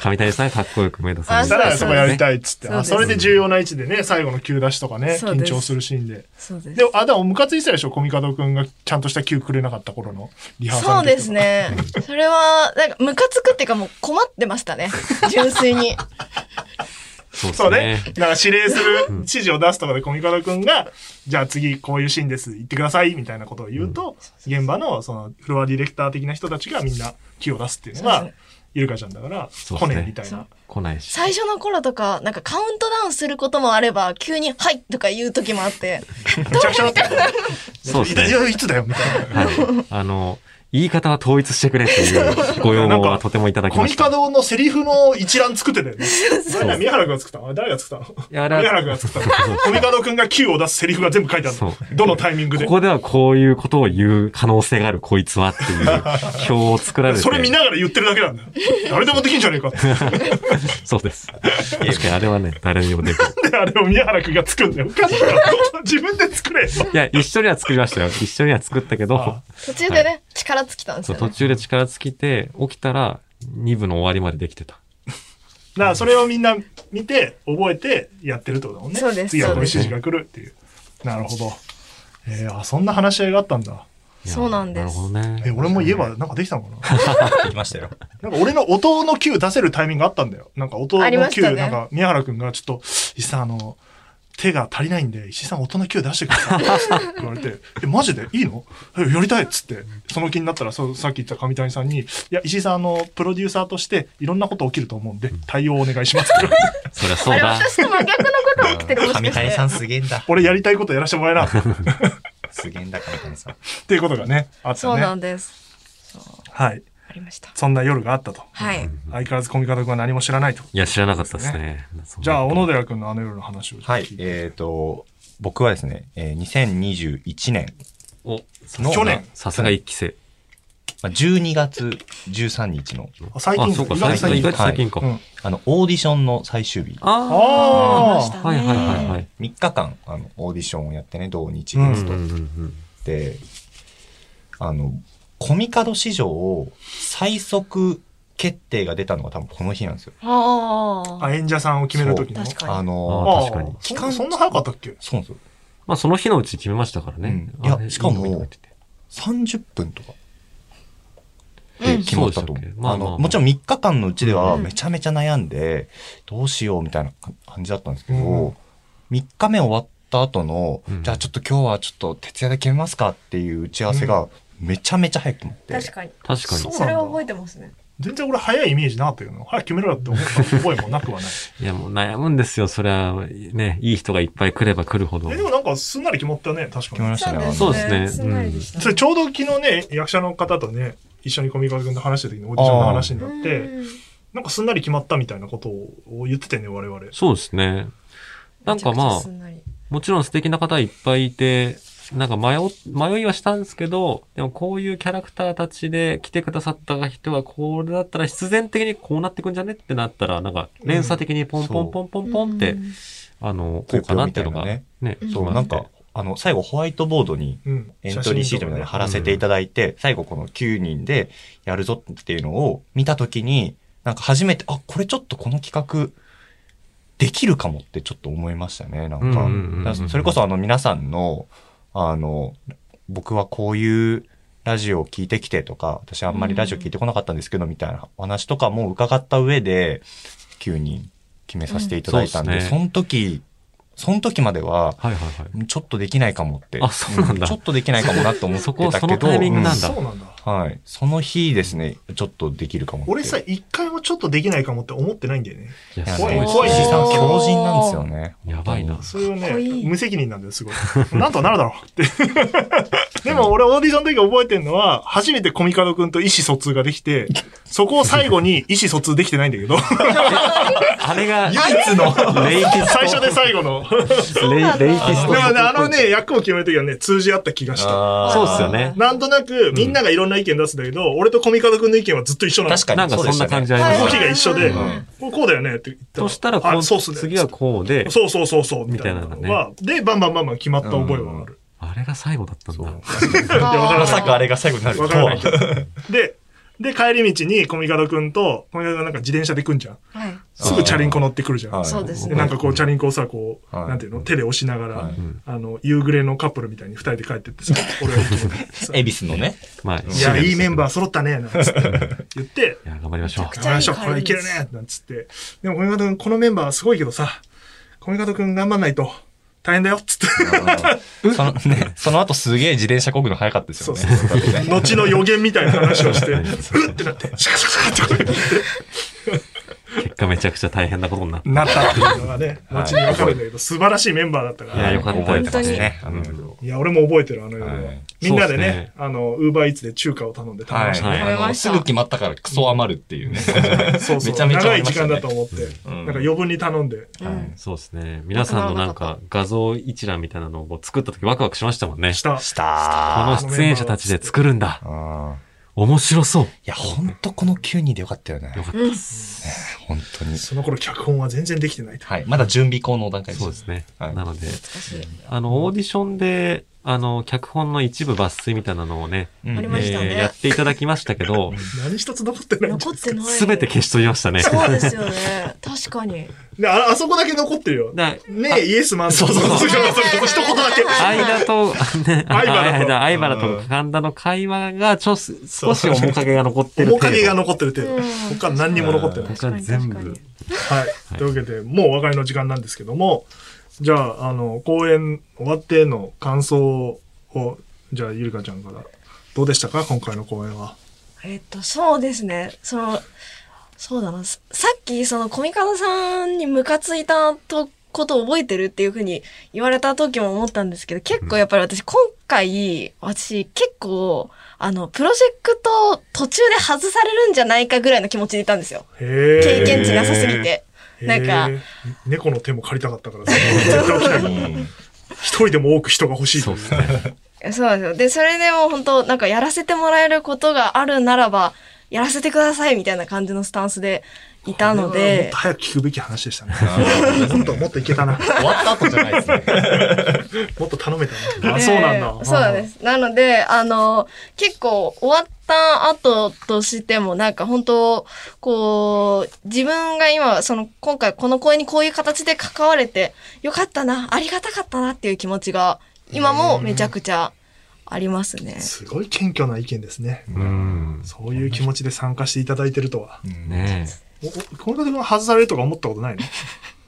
[SPEAKER 1] 上谷さんがかっこよく梅田さん
[SPEAKER 4] あ
[SPEAKER 1] に
[SPEAKER 2] したらそこやり
[SPEAKER 1] い。
[SPEAKER 2] たいっつって。
[SPEAKER 4] そうで
[SPEAKER 2] あ、
[SPEAKER 4] す
[SPEAKER 2] それで重要な位置でね、最後の急出しとかね、
[SPEAKER 4] そう
[SPEAKER 2] 緊
[SPEAKER 4] です
[SPEAKER 2] 張するシーンで。
[SPEAKER 4] そうです
[SPEAKER 2] で。も、あ、でも、ムカついてたでしょコミカドくんがちゃんとした急くれなかった頃のリハーサ
[SPEAKER 4] そう
[SPEAKER 2] ルの時とか。
[SPEAKER 4] ですね。 それは、なんか、ムカつくっていうかもう困ってましたね。純粋に。
[SPEAKER 1] そうです
[SPEAKER 2] そうね
[SPEAKER 1] ね。。
[SPEAKER 2] なんか指令する、指示を出すとかでコミカドくんが、じゃあ次こういうシーンです、言ってください、みたいなことを言うと、現場のそのフロアディレクター的な人たちがみんなキを出すっていうの
[SPEAKER 4] そう
[SPEAKER 2] が
[SPEAKER 4] です、
[SPEAKER 2] ゆるかちゃんだから、
[SPEAKER 1] そうで
[SPEAKER 2] コ
[SPEAKER 1] すね
[SPEAKER 2] ネみたいな。
[SPEAKER 1] 来ないし。
[SPEAKER 4] 最初の頃とか、なんかカウントダウンすることもあれば、急に、はいとか言う時もあって、
[SPEAKER 2] めちゃくちゃだったよね。
[SPEAKER 1] そうですね
[SPEAKER 2] いやいつだよ、みたいな。
[SPEAKER 1] はい。あの、言い方は統一してくれっていうご要望はとてもいただき
[SPEAKER 2] コ
[SPEAKER 1] ま
[SPEAKER 2] ミ
[SPEAKER 1] し
[SPEAKER 2] カ
[SPEAKER 1] た。
[SPEAKER 2] ドのセリフの一覧作ってたよね。
[SPEAKER 1] う
[SPEAKER 2] あれ宮原君が作ったのあれ誰が作ったの
[SPEAKER 1] いやあれは
[SPEAKER 2] 宮原君が作ったのコミカド君が Q を出すセリフが全部書いてある
[SPEAKER 1] そ
[SPEAKER 2] の。どのタイミング
[SPEAKER 1] こ
[SPEAKER 2] で。
[SPEAKER 1] こではこういうことを言う可能性があるこいつはっていう 表を作られて。
[SPEAKER 2] それ見ながら言ってるだけなんだよ。誰でもできんじゃねえかって。
[SPEAKER 1] そうです。確かにあれはね、誰にもできる。
[SPEAKER 2] で、あれを宮原君が作るんだよ。おかしいだろ自分で作れよ。
[SPEAKER 1] いや、一緒には作りましたよ。一緒には作ったけど
[SPEAKER 2] あ、
[SPEAKER 4] 途中でね、力尽きたんです
[SPEAKER 1] そう
[SPEAKER 4] よ
[SPEAKER 1] 途
[SPEAKER 4] ね。
[SPEAKER 1] 中で力尽きて、起きたら2部の終わりまでできてた。
[SPEAKER 2] だからそれをみんな見て、覚えてやってるってことだもんね。
[SPEAKER 4] そうです
[SPEAKER 2] 次はこういう指
[SPEAKER 1] そうです
[SPEAKER 2] 示が来るっていう。なるほど。えー、あ、そんな話し合いがあったんだ。
[SPEAKER 1] いや
[SPEAKER 4] そうなんです
[SPEAKER 1] なるほどね。
[SPEAKER 2] え、俺も言えばなんかできたのかな
[SPEAKER 3] 言いましたよ。
[SPEAKER 2] なんか俺の音の Q 出せるタイミングあったんだよ。なんか音の
[SPEAKER 4] ありまし
[SPEAKER 2] Q、
[SPEAKER 4] たね
[SPEAKER 2] なんか宮原くんがちょっと、石井さんあの、手が足りないんで、石井さん音の Q 出してくださいって言われて、 え、マジでいいのえやりたいっつって、その気になったら、そう、さっき言った上谷さんに、いや、石井さんあの、プロデューサーとしていろんなこと起きると思うんで、対応お願いしますって 言われて
[SPEAKER 1] そりゃそ
[SPEAKER 4] あ
[SPEAKER 1] う
[SPEAKER 4] れ
[SPEAKER 1] だ。
[SPEAKER 4] 私と真逆のことが起きてるもしか
[SPEAKER 3] 上
[SPEAKER 4] して
[SPEAKER 3] 谷さんすげえんだ。
[SPEAKER 2] 俺やりたいことやらせてもらえな、っ
[SPEAKER 3] すげえんだ、上谷さん。
[SPEAKER 2] ていうことがね、あった
[SPEAKER 4] そうな
[SPEAKER 2] ね。
[SPEAKER 4] んです。そう。
[SPEAKER 2] はい。
[SPEAKER 4] ありました。
[SPEAKER 2] そんな夜があったと。
[SPEAKER 4] はい。
[SPEAKER 2] 相変わらずコミカド君は何も知らないと。
[SPEAKER 1] いや、知らなかったですね。そう
[SPEAKER 2] じゃあ、小野寺君のあの夜の話を聞て。
[SPEAKER 3] はい。えっ、と、僕はですね、えー2021年、
[SPEAKER 1] お、
[SPEAKER 3] の
[SPEAKER 2] 去年
[SPEAKER 1] さすが一期生。
[SPEAKER 3] まあ12月13日の、
[SPEAKER 2] あ最
[SPEAKER 1] あ、
[SPEAKER 2] 近
[SPEAKER 1] そうか、
[SPEAKER 2] 意外
[SPEAKER 1] 最
[SPEAKER 2] と最近
[SPEAKER 1] 近、意外と最近か。
[SPEAKER 2] うん
[SPEAKER 3] あの、オーディションの最終日、
[SPEAKER 1] あ
[SPEAKER 2] あ
[SPEAKER 4] あ
[SPEAKER 2] あ
[SPEAKER 1] あ。はいはいはいはい。
[SPEAKER 3] 3日間、あの、オーディションをやってね、同日
[SPEAKER 2] うん
[SPEAKER 3] 月
[SPEAKER 1] うん
[SPEAKER 3] と
[SPEAKER 1] う。んうん
[SPEAKER 3] で、あの、コミカド史上最速決定が出たのが多分この日なんですよ。
[SPEAKER 4] ああ。
[SPEAKER 2] あ、演者さんを決めるときの。
[SPEAKER 4] 確かに
[SPEAKER 3] あ
[SPEAKER 1] あ
[SPEAKER 3] の、
[SPEAKER 2] ああ
[SPEAKER 1] 確かに
[SPEAKER 2] そんそんな早かったっけ
[SPEAKER 3] そうなんですよ。
[SPEAKER 1] まあ、その日のうち決めましたからね。
[SPEAKER 3] うんいや
[SPEAKER 1] あれ
[SPEAKER 3] しかも
[SPEAKER 1] いいの入ってて
[SPEAKER 3] 30分とか
[SPEAKER 4] う
[SPEAKER 3] で
[SPEAKER 4] ん
[SPEAKER 3] 決まったと
[SPEAKER 1] そう
[SPEAKER 3] 思
[SPEAKER 1] でしたっ
[SPEAKER 3] う
[SPEAKER 1] け。まあ
[SPEAKER 3] あ
[SPEAKER 1] まあま
[SPEAKER 3] の、
[SPEAKER 1] あ
[SPEAKER 3] もちろん3日間のうちでは
[SPEAKER 4] うん
[SPEAKER 3] めちゃめちゃ悩んで、どうしようみたいな感じだったんですけ
[SPEAKER 2] うん
[SPEAKER 3] ど、3日目終わった後の
[SPEAKER 1] う、ん
[SPEAKER 3] じゃあちょっと今日はちょっと徹夜で決めますかっていう打ち合わせがめちゃめちゃ早く決まって。
[SPEAKER 4] 確かに。
[SPEAKER 1] 確か
[SPEAKER 2] そう
[SPEAKER 1] に。
[SPEAKER 4] それは覚えてますね。
[SPEAKER 2] 全然俺早いイメージなかったけどな、早く決めろよって思った覚えもなくはない。
[SPEAKER 1] いや、もう悩むんですよ。そりゃ、ね、いい人がいっぱい来れば来るほど
[SPEAKER 2] え、。でもなんかすんなり決まったね、確
[SPEAKER 3] 決
[SPEAKER 2] か
[SPEAKER 3] まり
[SPEAKER 2] に
[SPEAKER 3] ま。したね。
[SPEAKER 1] そうですね
[SPEAKER 4] すんなりでした
[SPEAKER 2] それちょうど昨日ね、役者の方とね、一緒にコミカル君と話してた時にオーディションの話になって、
[SPEAKER 4] うん
[SPEAKER 2] なんかすんなり決まったみたいなことを言っててね、我々。
[SPEAKER 1] そうですね。なんかまあ
[SPEAKER 4] めちゃくちゃす、んなり
[SPEAKER 1] もちろん素敵な方いっぱいいて、なんか迷っ、迷いはしたんですけど、でもこういうキャラクターたちで来てくださった人がこれだったら必然的にこうなってくんじゃねってなったら、なんか連鎖的にポンポンポンポンポンって、あの、こうかなっていうのが、
[SPEAKER 3] 東京み
[SPEAKER 1] ね。
[SPEAKER 3] そうう、なんか、あの、最後ホワイトボードに
[SPEAKER 2] うん
[SPEAKER 3] エントリーシートみたいなの貼らせていただいて、最後この9人でやるぞっていうのを見たときに、なんか初めて、あ、これちょっとこの企画、できるかもってちょっと思いましたね、なんか。
[SPEAKER 1] うんうんうんうん
[SPEAKER 3] だからそれこそあの皆さんの、あの、僕はこういうラジオを聞いてきてとか、私あんまりラジオ聞いてこなかったんですけど、みたいなお話とかも伺った上で、9人決めさせていただいたんで、
[SPEAKER 1] うんそうっす
[SPEAKER 3] そ
[SPEAKER 1] ね
[SPEAKER 3] の時、その時まで
[SPEAKER 1] は
[SPEAKER 3] は、
[SPEAKER 1] いはいはい。
[SPEAKER 3] ちょっとできないかもって。
[SPEAKER 1] あそうなんだ
[SPEAKER 3] うちょっとできないかもなと思ってたけど。
[SPEAKER 1] そこそのタイミングなんだ
[SPEAKER 2] そうなんだ
[SPEAKER 3] うんはい。その日ですね、ちょっとできるかもって。
[SPEAKER 2] 俺さ一回もちょっとできないかもって思ってないんだよね
[SPEAKER 1] いや、
[SPEAKER 3] いや
[SPEAKER 1] すごい
[SPEAKER 2] ね
[SPEAKER 1] で
[SPEAKER 3] ね
[SPEAKER 1] す
[SPEAKER 2] 怖い
[SPEAKER 3] 藤井さん
[SPEAKER 4] おー
[SPEAKER 3] 強靭なんですよね。
[SPEAKER 1] やばいな。
[SPEAKER 2] それは
[SPEAKER 4] かっこ
[SPEAKER 2] ね
[SPEAKER 4] いい
[SPEAKER 2] 無責任なんだよすごい なんとかなるだろうって でも俺オーディションの時覚えてるのは初めてコミカド君と意思疎通ができてそこを最後に意思疎通できてないんだけ ど
[SPEAKER 1] あれが、
[SPEAKER 3] 唯一の。
[SPEAKER 1] レイキス
[SPEAKER 2] 最初で最後 の
[SPEAKER 1] ト、レイレイキス
[SPEAKER 2] で
[SPEAKER 1] ト
[SPEAKER 2] もね、あのね、役を決めるときはね、通じ合った気がした。
[SPEAKER 3] あー
[SPEAKER 1] そうっすよね。
[SPEAKER 2] なんとなく、みんながいろんな意見出すんだけど、俺とコミカド君の意見はずっと一緒なの。
[SPEAKER 3] 確かに。
[SPEAKER 1] なんかそんな感じあり
[SPEAKER 4] に
[SPEAKER 1] ま
[SPEAKER 2] 動
[SPEAKER 1] す
[SPEAKER 2] き
[SPEAKER 1] ね。
[SPEAKER 2] が一緒で、
[SPEAKER 4] うん
[SPEAKER 2] こうこうだよねって言った
[SPEAKER 1] そしたら、この
[SPEAKER 2] あそうっすね。
[SPEAKER 1] 次はこうで、
[SPEAKER 2] そうそうそうそう、み
[SPEAKER 1] み
[SPEAKER 2] た
[SPEAKER 1] た
[SPEAKER 2] い
[SPEAKER 1] い
[SPEAKER 2] な
[SPEAKER 1] な
[SPEAKER 2] の
[SPEAKER 1] の
[SPEAKER 2] が
[SPEAKER 1] がね
[SPEAKER 2] で、バンバンバンバン決まった覚えはある。
[SPEAKER 1] あれが最後だったんだ。
[SPEAKER 2] いやわからな
[SPEAKER 3] ま
[SPEAKER 2] い
[SPEAKER 3] さかあれが最後になると
[SPEAKER 2] わからないけど。 で、で、帰り道にコミカド君と、コミカド君なんか自転車で来んじゃん。
[SPEAKER 4] はい。
[SPEAKER 2] すぐチャリンコ乗ってくるじゃん
[SPEAKER 3] はい。
[SPEAKER 4] そうです
[SPEAKER 2] で、
[SPEAKER 4] ね。
[SPEAKER 2] なんかこう、チャリンコをさ、こう、
[SPEAKER 3] はい
[SPEAKER 2] なんていうの手で押しながら、
[SPEAKER 3] はい
[SPEAKER 2] あの、夕暮れのカップルみたいに二人で帰ってって さ、俺は行くさ
[SPEAKER 3] 恵比寿のね。
[SPEAKER 1] まあ、
[SPEAKER 2] いや、いいメンバー
[SPEAKER 1] ー。
[SPEAKER 2] 揃ったね、なんつ って言って、
[SPEAKER 1] いや、頑張りましょう。
[SPEAKER 4] くちゃ
[SPEAKER 2] 頑張りま
[SPEAKER 4] いい
[SPEAKER 2] しょう、こ
[SPEAKER 4] 帰
[SPEAKER 2] れ
[SPEAKER 4] り
[SPEAKER 2] いけるね、なんつって。でも、小見方君、このメンバーはすごいけどさ、小見方君頑張んないと大変だよ、つって。
[SPEAKER 3] そのね、その後すげえ自転車こぐの早かったですよね。
[SPEAKER 2] そうそ
[SPEAKER 3] だって ね
[SPEAKER 2] 後の予言みたいな話を して、うってなって、シャカシャカシャカってこ
[SPEAKER 1] 結果めちゃくちゃ大変なことになって
[SPEAKER 2] うなったっていうのがね、
[SPEAKER 3] はい
[SPEAKER 2] 後に分かるんだけど、素晴らしいメンバーだったか
[SPEAKER 1] いや
[SPEAKER 2] ら。
[SPEAKER 1] よかった
[SPEAKER 3] 覚えてますね。
[SPEAKER 1] 本当に
[SPEAKER 3] うん
[SPEAKER 2] いや、俺も覚えてる、あの夜
[SPEAKER 3] は。
[SPEAKER 2] はいみんなで
[SPEAKER 1] そうっす
[SPEAKER 2] ね
[SPEAKER 1] ね、
[SPEAKER 2] あの、ウーバーイーツで中華を頼んで食べ
[SPEAKER 3] は
[SPEAKER 2] ました。
[SPEAKER 1] はい
[SPEAKER 3] い。あのすぐ決まったからクソ余るっていうね。
[SPEAKER 2] そうそう。
[SPEAKER 3] めちゃめちゃ
[SPEAKER 2] 長
[SPEAKER 3] あ
[SPEAKER 2] い
[SPEAKER 3] りま
[SPEAKER 2] 時
[SPEAKER 3] した
[SPEAKER 2] 間
[SPEAKER 3] ね
[SPEAKER 2] だと思って、
[SPEAKER 3] うん
[SPEAKER 2] なんか余分に頼んで。
[SPEAKER 4] うん
[SPEAKER 1] そうですね。皆さんのなんか画像一覧みたいなのを作った時ワクワクしましたもんね。
[SPEAKER 2] した。
[SPEAKER 3] した
[SPEAKER 1] この出演者たちで作るんだ。
[SPEAKER 3] あ
[SPEAKER 1] 面白そう。
[SPEAKER 3] いや、ほんとこの9人でよかったよね
[SPEAKER 1] よ。かった。
[SPEAKER 4] うん。
[SPEAKER 3] ほんとに。
[SPEAKER 2] その頃脚本は全然できてないと。
[SPEAKER 3] はい。まだ準備校の段階
[SPEAKER 1] そうですね。
[SPEAKER 3] はい
[SPEAKER 1] なので、
[SPEAKER 4] 私
[SPEAKER 1] あの、オーディションで、あの、脚本の一部抜粋みたいなのをね、
[SPEAKER 3] うん
[SPEAKER 4] ありましたね
[SPEAKER 1] えーやっていただきましたけど、
[SPEAKER 2] 何一つ残ってないんじゃな
[SPEAKER 4] 残っ
[SPEAKER 2] い
[SPEAKER 4] てない。
[SPEAKER 1] すべて消し取りましたね。
[SPEAKER 4] そうですよね。確かに。
[SPEAKER 2] でああそこだけ残ってるよ。
[SPEAKER 1] だ
[SPEAKER 2] ねえ、イエスマンそう そうそう。そこ一言だけ。
[SPEAKER 1] 間と、ね、あ
[SPEAKER 2] 相原と
[SPEAKER 1] 間相原
[SPEAKER 3] う
[SPEAKER 1] と
[SPEAKER 3] ん
[SPEAKER 1] 神田の会話が、ちょ、す少し面影が残ってる
[SPEAKER 2] 面
[SPEAKER 1] 程度。
[SPEAKER 2] 影が残ってる程
[SPEAKER 4] う
[SPEAKER 2] 度
[SPEAKER 4] ん。
[SPEAKER 2] 他何にも残ってない。
[SPEAKER 1] 他全部。
[SPEAKER 2] はい。というわけで、もうお別れの時間なんですけども、じゃあ、あの、公演終わっての感想を、じゃあ、ゆりかちゃんから。どうでしたか今回の公演は。
[SPEAKER 4] えっと、そうですね。その、そうだな。ささっき、その、コミカドさんにムカついたと、ことを覚えてるっていうふうに言われた時も思ったんですけど、結構やっぱり私、今回、私、結構、あの、プロジェクト途中で外されるんじゃないかぐらいの気持ちでいたんですよ。
[SPEAKER 2] へ
[SPEAKER 4] 経
[SPEAKER 2] ー
[SPEAKER 4] 験値なさすぎて。なんか
[SPEAKER 2] へー、猫の手も借りたかったから、絶対起きないから
[SPEAKER 3] うん
[SPEAKER 2] 一人でも多く人が欲しいとい
[SPEAKER 1] そ
[SPEAKER 2] うう
[SPEAKER 1] ですね。
[SPEAKER 4] そうなんですよ。で、それでも本当なんかやらせてもらえることがあるならば、やらせてくださいみたいな感じのスタンスでいたの
[SPEAKER 2] これはもっ
[SPEAKER 4] で
[SPEAKER 2] と、早く聞くべき話でしたね。
[SPEAKER 3] ー
[SPEAKER 2] もっともっといけたな。
[SPEAKER 3] 終わった後じゃないですね。
[SPEAKER 2] もっと頼めたな。。
[SPEAKER 4] でそうなんですす。なので、あの、結構終わった後としても、なんか本当こう、自分が今、その、今回この公演にこういう形で関われて、よかったな、ありがたかったなっていう気持ちが、今もめちゃくちゃありますね。
[SPEAKER 2] すごい謙虚な意見ですね。
[SPEAKER 1] うん。
[SPEAKER 2] そういう気持ちで参加していただいてるとは。
[SPEAKER 1] ねえ。
[SPEAKER 2] おおこの方が外されるとか思ったことないの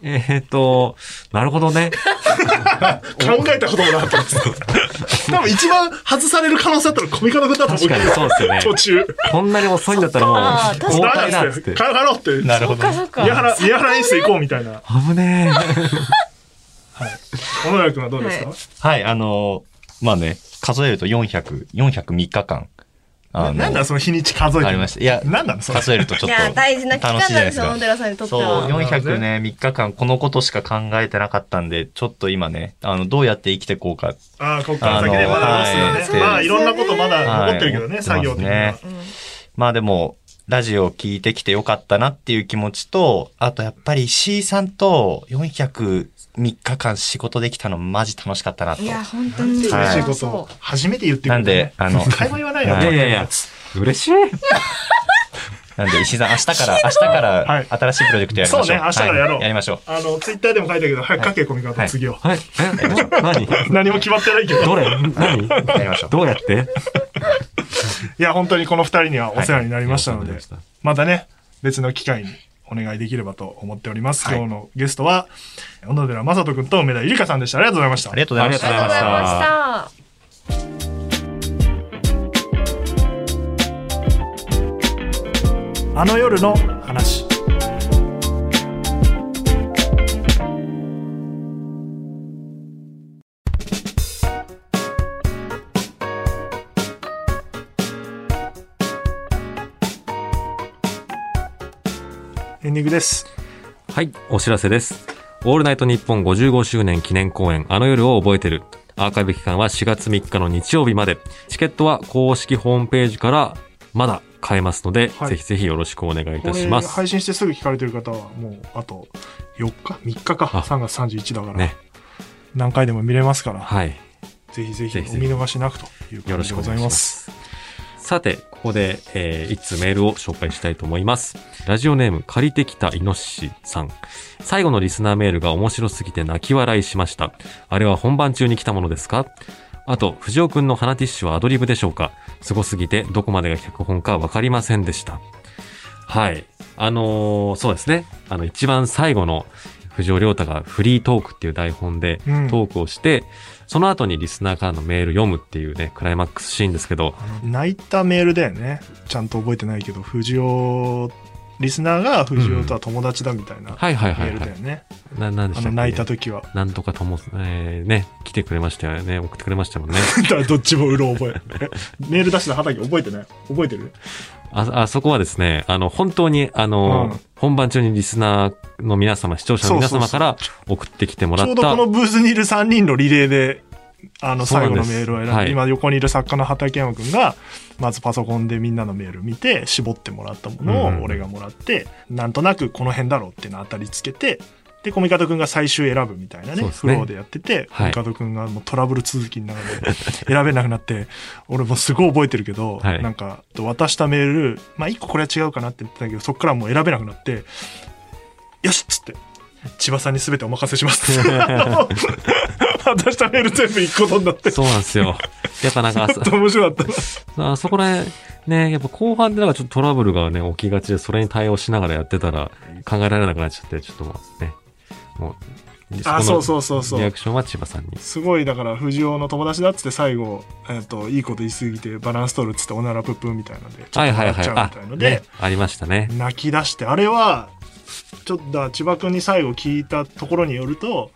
[SPEAKER 1] えーっと、なるほどね。
[SPEAKER 2] 考えたこともなかったです。 多分一番外される可能性あったらコミカルだったと思うけ
[SPEAKER 1] 確か
[SPEAKER 2] ど
[SPEAKER 1] にそうで すよね。
[SPEAKER 2] 途中。
[SPEAKER 1] こんなに遅いんだったらもう
[SPEAKER 4] あー、確
[SPEAKER 1] 交
[SPEAKER 2] ダメ
[SPEAKER 1] 代だ
[SPEAKER 2] だ
[SPEAKER 1] っ
[SPEAKER 2] っ
[SPEAKER 1] つ
[SPEAKER 2] つ
[SPEAKER 1] っ
[SPEAKER 2] って。
[SPEAKER 1] て。
[SPEAKER 2] 帰ろうって。
[SPEAKER 3] な
[SPEAKER 4] そ
[SPEAKER 3] るほ
[SPEAKER 4] っ
[SPEAKER 3] ど
[SPEAKER 4] か
[SPEAKER 3] ね。
[SPEAKER 4] そっ
[SPEAKER 2] 宮
[SPEAKER 4] か。
[SPEAKER 2] 原、宮原エース行こうみたいな。
[SPEAKER 1] 危ねえ。
[SPEAKER 2] はい。小野寺君はどうですか、
[SPEAKER 4] はい
[SPEAKER 3] はい、あのーまあね、数えると400、403日間あの
[SPEAKER 2] なんだその日にち数えてるの
[SPEAKER 3] ありましたいや
[SPEAKER 2] なんなのそれ
[SPEAKER 3] 数えるとちょ
[SPEAKER 4] い
[SPEAKER 3] っと
[SPEAKER 4] や大事な期間
[SPEAKER 3] 楽しいじゃ
[SPEAKER 4] なん
[SPEAKER 3] い
[SPEAKER 4] で
[SPEAKER 3] ですす
[SPEAKER 4] よ
[SPEAKER 3] か
[SPEAKER 4] 小野寺さんにとって
[SPEAKER 3] そう、
[SPEAKER 4] は。
[SPEAKER 3] 400ね、3日間このことしか考えてなかったんで、ちょっと今ね、あの、どうやって生きていこうか。
[SPEAKER 2] ああこっから先でまだありますよね
[SPEAKER 4] あのはい
[SPEAKER 2] まあいろんなことまだ
[SPEAKER 3] はい
[SPEAKER 2] 残ってるけどね、
[SPEAKER 3] 思ってます
[SPEAKER 2] 作
[SPEAKER 3] ね
[SPEAKER 2] 業的には
[SPEAKER 4] うん
[SPEAKER 3] まあでも、ラジオを聞いてきてよかったなっていう気持ちと、あとやっぱり石井さんと403日間仕事できたのマジ楽しかったなと
[SPEAKER 4] い。や本当
[SPEAKER 2] 嬉
[SPEAKER 4] に。
[SPEAKER 3] はい
[SPEAKER 2] しいことを初めて言ってく
[SPEAKER 3] な
[SPEAKER 2] れ
[SPEAKER 3] ん
[SPEAKER 2] たね
[SPEAKER 3] で、あの、
[SPEAKER 2] 一回も言わないよ
[SPEAKER 3] はい
[SPEAKER 1] やいやい
[SPEAKER 2] ね
[SPEAKER 1] や、嬉しい。
[SPEAKER 3] なんで石井さん、明 日から、明日か
[SPEAKER 2] はい
[SPEAKER 3] ら新しいプロジェクトやりましょう。
[SPEAKER 2] そうね明日からやろう
[SPEAKER 3] はいやりましょう。
[SPEAKER 2] あのツイッターでも書いたけど早く書け込み方
[SPEAKER 3] はい
[SPEAKER 2] 次を
[SPEAKER 1] はい。え、何
[SPEAKER 2] 何も決まってないけど
[SPEAKER 1] どれ何
[SPEAKER 3] やりましょう。
[SPEAKER 1] どうやって
[SPEAKER 2] いや本当にこの二人にはお世話になりましたので
[SPEAKER 1] はいお世話になり
[SPEAKER 2] またね別の機会にお願いできればと思っております
[SPEAKER 3] はい
[SPEAKER 2] 今日のゲストは小野寺雅人君と梅田ゆりかさんでしたありがとうございました
[SPEAKER 3] ありがとうございまし
[SPEAKER 4] ありがとう
[SPEAKER 3] た
[SPEAKER 4] ございました。
[SPEAKER 2] あの夜の話エンディングです。
[SPEAKER 1] はい、お知らせです。オールナイトニッポン55周年記念公演、あの夜を覚えてる。アーカイブ期間は4月3日の日曜日まで。チケットは公式ホームページからまだ買えますので、
[SPEAKER 2] はい
[SPEAKER 1] ぜひぜひよろしくお願いい
[SPEAKER 2] こ
[SPEAKER 1] た
[SPEAKER 2] れ
[SPEAKER 1] します。
[SPEAKER 2] 配信してすぐ聞かれてる方はもうあと4日 ?3 日か
[SPEAKER 1] あ
[SPEAKER 2] ?3 月31だから、
[SPEAKER 1] ね。
[SPEAKER 2] 何回でも見れますから、
[SPEAKER 1] はい。
[SPEAKER 2] ぜひぜひ
[SPEAKER 1] ぜ
[SPEAKER 2] お
[SPEAKER 1] ひぜひ
[SPEAKER 2] 見逃しなくという
[SPEAKER 1] よ
[SPEAKER 2] こと
[SPEAKER 1] ろ
[SPEAKER 2] で
[SPEAKER 1] しく
[SPEAKER 2] ご
[SPEAKER 1] お
[SPEAKER 2] ざい
[SPEAKER 1] 願いし
[SPEAKER 2] ま。
[SPEAKER 1] ますす。さて、ここで、えー、いつメールを紹介したいと思います。ラジオネーム、借りてきたイノシシさん。最後のリスナーメールが面白すぎて泣き笑いしました。あれは本番中に来たものですかあと、藤尾くんの鼻ティッシュはアドリブでしょうかすごすぎて、どこまでが脚本かわかりませんでした。はい。あのーそうですね。あの、一番最後の藤尾亮太がフリートークっていう台本で
[SPEAKER 2] うん
[SPEAKER 1] トークをして、その後にリスナーからのメール読むっていうね、クライマックスシーンですけど、
[SPEAKER 2] 泣いたメールだよねちゃんと覚えてないけど藤尾リスナーが藤尾とは友達だみたいなメ
[SPEAKER 1] はいはいはい
[SPEAKER 2] ール
[SPEAKER 1] は
[SPEAKER 2] だよ
[SPEAKER 1] い。
[SPEAKER 2] ね
[SPEAKER 1] な、なんでし
[SPEAKER 2] あ
[SPEAKER 1] たっけ
[SPEAKER 2] の泣いた時は
[SPEAKER 1] なんとかとも、えー、ね、来てくれましたよね。送ってくれましたもんね。
[SPEAKER 2] だからどっちもうろ覚え メール出した畑覚えてない覚えてる
[SPEAKER 1] あ、あそこはですね、あの、本当に、あの、
[SPEAKER 2] うん
[SPEAKER 1] 本番中にリスナーの皆様、視聴者の皆様から送ってきても
[SPEAKER 2] ち
[SPEAKER 1] ら
[SPEAKER 2] ょ
[SPEAKER 1] っ
[SPEAKER 2] うど
[SPEAKER 1] た
[SPEAKER 2] この、ブースにいる3人のリレーであの
[SPEAKER 1] そうな
[SPEAKER 2] 最後
[SPEAKER 1] んで
[SPEAKER 2] の
[SPEAKER 1] す
[SPEAKER 2] メールを選んで、
[SPEAKER 1] はい
[SPEAKER 2] 今横にいる作家の畠山君がまずパソコンでみんなのメール見て絞ってもらったも
[SPEAKER 1] うんう
[SPEAKER 2] の
[SPEAKER 1] ん
[SPEAKER 2] を俺がもらって、なんとなくこの辺だろうっていうのを当たりつけてで小味方君が最終選ぶみたいなね
[SPEAKER 1] そうです
[SPEAKER 2] フ
[SPEAKER 1] ね
[SPEAKER 2] ローでやってて
[SPEAKER 1] はい
[SPEAKER 2] 小味方君がもうトラブル続きの中で選べなくなって俺もすごい覚えてるけど、
[SPEAKER 1] はい
[SPEAKER 2] なんか渡したメールまあ1個これは違うかなって言ってたけどそっからもう選べなくなってよしっつって千葉さんに全てお任せし ますって渡したメール全部一個飛んだってち
[SPEAKER 1] そうなんで すよ。やっぱなんか、あ
[SPEAKER 2] ょっと面白かっ
[SPEAKER 1] そあそこら辺、ね、やっぱ後半でなんかちょっとトラブルがね、起きがちで、それに対応しながらやってたら、考えられなくなっちゃって、ちょっともうね、もう、
[SPEAKER 2] たあ
[SPEAKER 1] こ
[SPEAKER 2] そ
[SPEAKER 1] の
[SPEAKER 2] うそうそうそ
[SPEAKER 1] リア
[SPEAKER 2] う
[SPEAKER 1] クションは千葉さんに。
[SPEAKER 2] すごいだから藤尾の友達だっつって最後、えっといいこと言い過ぎてバランス取るっつっておならぷっぷんみたいのでちょ
[SPEAKER 1] は
[SPEAKER 2] っ
[SPEAKER 1] い
[SPEAKER 2] と
[SPEAKER 1] はい
[SPEAKER 2] 笑
[SPEAKER 1] は
[SPEAKER 2] っ
[SPEAKER 1] い
[SPEAKER 2] ちゃ。うみ
[SPEAKER 1] あ
[SPEAKER 2] たい、ので、
[SPEAKER 1] ね、ありましたね。
[SPEAKER 2] 泣き出してあれはちょっとだから千葉君に最後聞いたところによると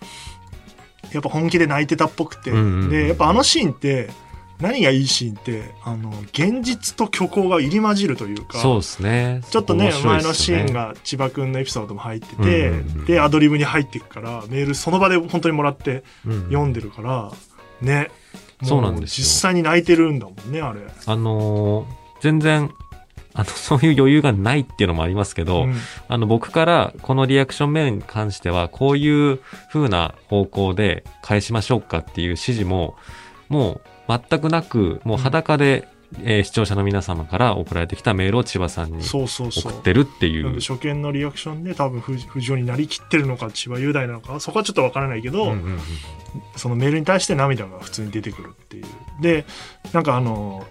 [SPEAKER 2] やっぱ本気で泣いてたっぽくて、
[SPEAKER 1] うんうんうん
[SPEAKER 2] でやっぱあのシーンって何がいいシーンってあの現実と虚構が入り混じるというか
[SPEAKER 1] そうですね。
[SPEAKER 2] ちょっとね
[SPEAKER 1] 面白い
[SPEAKER 2] 前
[SPEAKER 1] っすよ
[SPEAKER 2] のシーン。が千葉君のエピソードも入ってて、
[SPEAKER 1] うんうんうん
[SPEAKER 2] でアドリブに入っていくからメールその場で本当にもらって
[SPEAKER 1] うん
[SPEAKER 2] 読んでるから、ねも
[SPEAKER 1] そうなんですよ
[SPEAKER 2] 実際に泣いてるんだもんねあれ。
[SPEAKER 1] あのー全然、あの、そういう余裕がないっていうのもありますけど、
[SPEAKER 2] うん
[SPEAKER 1] あの、僕からこのリアクションメールに関しては、こういう風な方向で返しましょうかっていう指示も、もう全くなく、もう裸で、えー視聴者の皆様から送られてきたメールを千葉さんに送
[SPEAKER 2] そうそうそう
[SPEAKER 1] ってるってい
[SPEAKER 2] なんで。
[SPEAKER 1] う
[SPEAKER 2] 初見のリアクションで多分藤藤尾になりきってるのか千葉雄大なのかそこはちょっとわからないけど、
[SPEAKER 1] うんうんうん
[SPEAKER 2] そのメールに対して涙が普通に出てくるっていうでなんかあの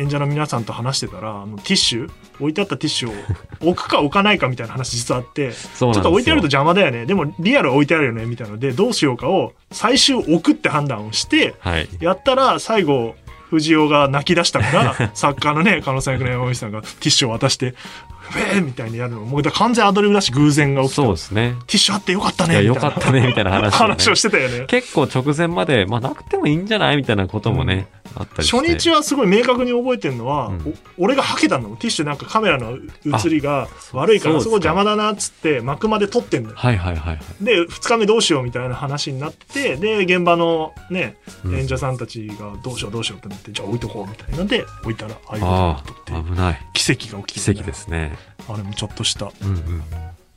[SPEAKER 2] 演者の皆さんと話してたらあのティッシュ置いてあったティッシュを置くか置かないかみたいな話実はあって
[SPEAKER 1] そう
[SPEAKER 2] ちょ
[SPEAKER 1] なんですよ
[SPEAKER 2] っと置いてあると邪魔だよねでもリアルは置いてあるよねみたいなのでどうしようかを最終置くって判断をして
[SPEAKER 1] はい。
[SPEAKER 2] やったら最後藤尾が泣き出した から作家のね狩野さん役の山口さんがティッシュを渡して「ウェー!」みたいにやるのもうだから完全アドリブだし偶然が起きた
[SPEAKER 1] そう
[SPEAKER 2] ティ
[SPEAKER 1] ですね。
[SPEAKER 2] ッシュあってよかった
[SPEAKER 1] いや、
[SPEAKER 2] ねみ
[SPEAKER 1] よ
[SPEAKER 2] たい
[SPEAKER 1] か
[SPEAKER 2] な
[SPEAKER 1] ったね、みたいな話をね、
[SPEAKER 2] 話をしてたよね。
[SPEAKER 1] 結構直前まで、まあ、なくてもいいんじゃないみたいなこともね、あったりし
[SPEAKER 2] 初
[SPEAKER 1] て
[SPEAKER 2] 日はすごい明確に覚えてるのは、
[SPEAKER 1] うん
[SPEAKER 2] お俺がはけたのティッシュなんかカメラの映りが悪いから
[SPEAKER 1] そう
[SPEAKER 2] すごい邪魔だなっつって幕まで撮ってんだよ
[SPEAKER 1] はいはいはいはい
[SPEAKER 2] で2日目どうしようみたいな話になってで現場のね
[SPEAKER 1] うん
[SPEAKER 2] 演者さんたちがどうしようどうしようってなって、じゃあ置いとこうみたいなんで置いたらああいうことになっ
[SPEAKER 1] あ
[SPEAKER 2] たってい
[SPEAKER 1] あ
[SPEAKER 2] う
[SPEAKER 1] 危ない
[SPEAKER 2] 奇跡が起きて
[SPEAKER 1] 奇
[SPEAKER 2] る
[SPEAKER 1] 跡ですね
[SPEAKER 2] あれもちょっとした
[SPEAKER 1] うんうん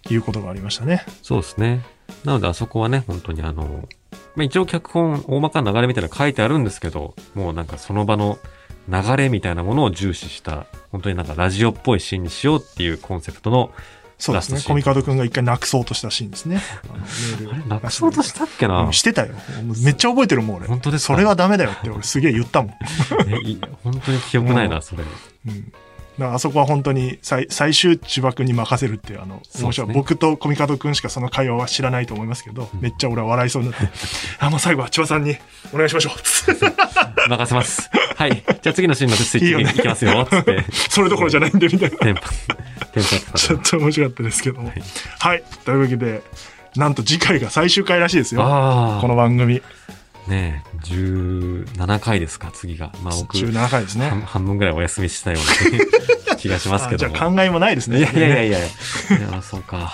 [SPEAKER 2] いうことがありましたね
[SPEAKER 1] そうですね。なので、あそこはね、本当にあの、まあ、一応脚本、大まかな流れみたいなの書いてあるんですけど、もうなんかその場の流れみたいなものを重視した、本当になんかラジオっぽいシーンにしようっていうコンセプトの、
[SPEAKER 2] そうです
[SPEAKER 1] ラ
[SPEAKER 2] ね
[SPEAKER 1] ストシー
[SPEAKER 2] コ
[SPEAKER 1] ン
[SPEAKER 2] ミカドくんが一回なくそうとしたシーンですねあのメール
[SPEAKER 1] あれ、なくそうとしたっけ
[SPEAKER 2] う
[SPEAKER 1] なん
[SPEAKER 2] してたよもうめっちゃ覚えてるもん俺
[SPEAKER 1] 本当ですか
[SPEAKER 2] それはダメだよって俺すげえ言ったもん
[SPEAKER 1] えい本当に記憶ない
[SPEAKER 2] も
[SPEAKER 1] な、それ。
[SPEAKER 2] うんだからあそこは本当に最最終千葉君に任せるっていうあの、
[SPEAKER 1] そうですね
[SPEAKER 2] 面白い僕とコミカド君しかその会話は知らないと思いますけど、めっちゃ俺は笑いそうになって あもう最後は千葉さんにお願いしましょう
[SPEAKER 1] 任せます。はい。じゃあ次のシーンのスイッチ
[SPEAKER 2] いいよね
[SPEAKER 1] いきますよ、つって。
[SPEAKER 2] それどころじゃないんでみたいな
[SPEAKER 1] テンパ、テンパって
[SPEAKER 2] ち
[SPEAKER 1] た
[SPEAKER 2] ょっと面白かったですけどもはい、というわけでなんと次回が最終回らしいですよ
[SPEAKER 1] あ
[SPEAKER 2] この番組
[SPEAKER 1] あ、ねえ、17回ですか、次が。まあ僕、
[SPEAKER 2] 17回です
[SPEAKER 1] 半
[SPEAKER 2] ね
[SPEAKER 1] 半分ぐらいお休みしたような 気がしますけ
[SPEAKER 2] あじ
[SPEAKER 1] ど
[SPEAKER 2] ゃ
[SPEAKER 1] も。
[SPEAKER 2] あ考えもないですね
[SPEAKER 1] いやいやいや
[SPEAKER 2] ね
[SPEAKER 1] いやいや、そうか。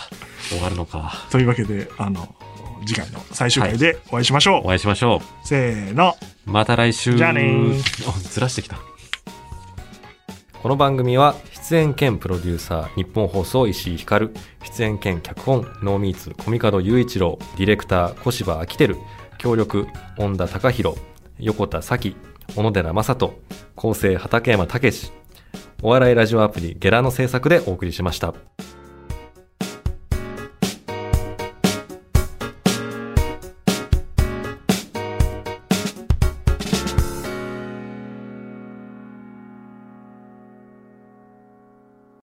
[SPEAKER 1] 終わるのか。
[SPEAKER 2] というわけであの次回の最終回でお会いしましょう、
[SPEAKER 1] お会いしましょ
[SPEAKER 2] せーの
[SPEAKER 1] う。また来週。
[SPEAKER 2] じゃあねー
[SPEAKER 1] あずらしてきた。この番組は出演兼プロデューサー日本放送石井光出演兼脚本ノーミーツコミカド雄一郎ディレクター小芝昭輝協力恩田隆弘横田咲小野寺正人構成畠山武史お笑いラジオアプリゲラの制作でお送りしました。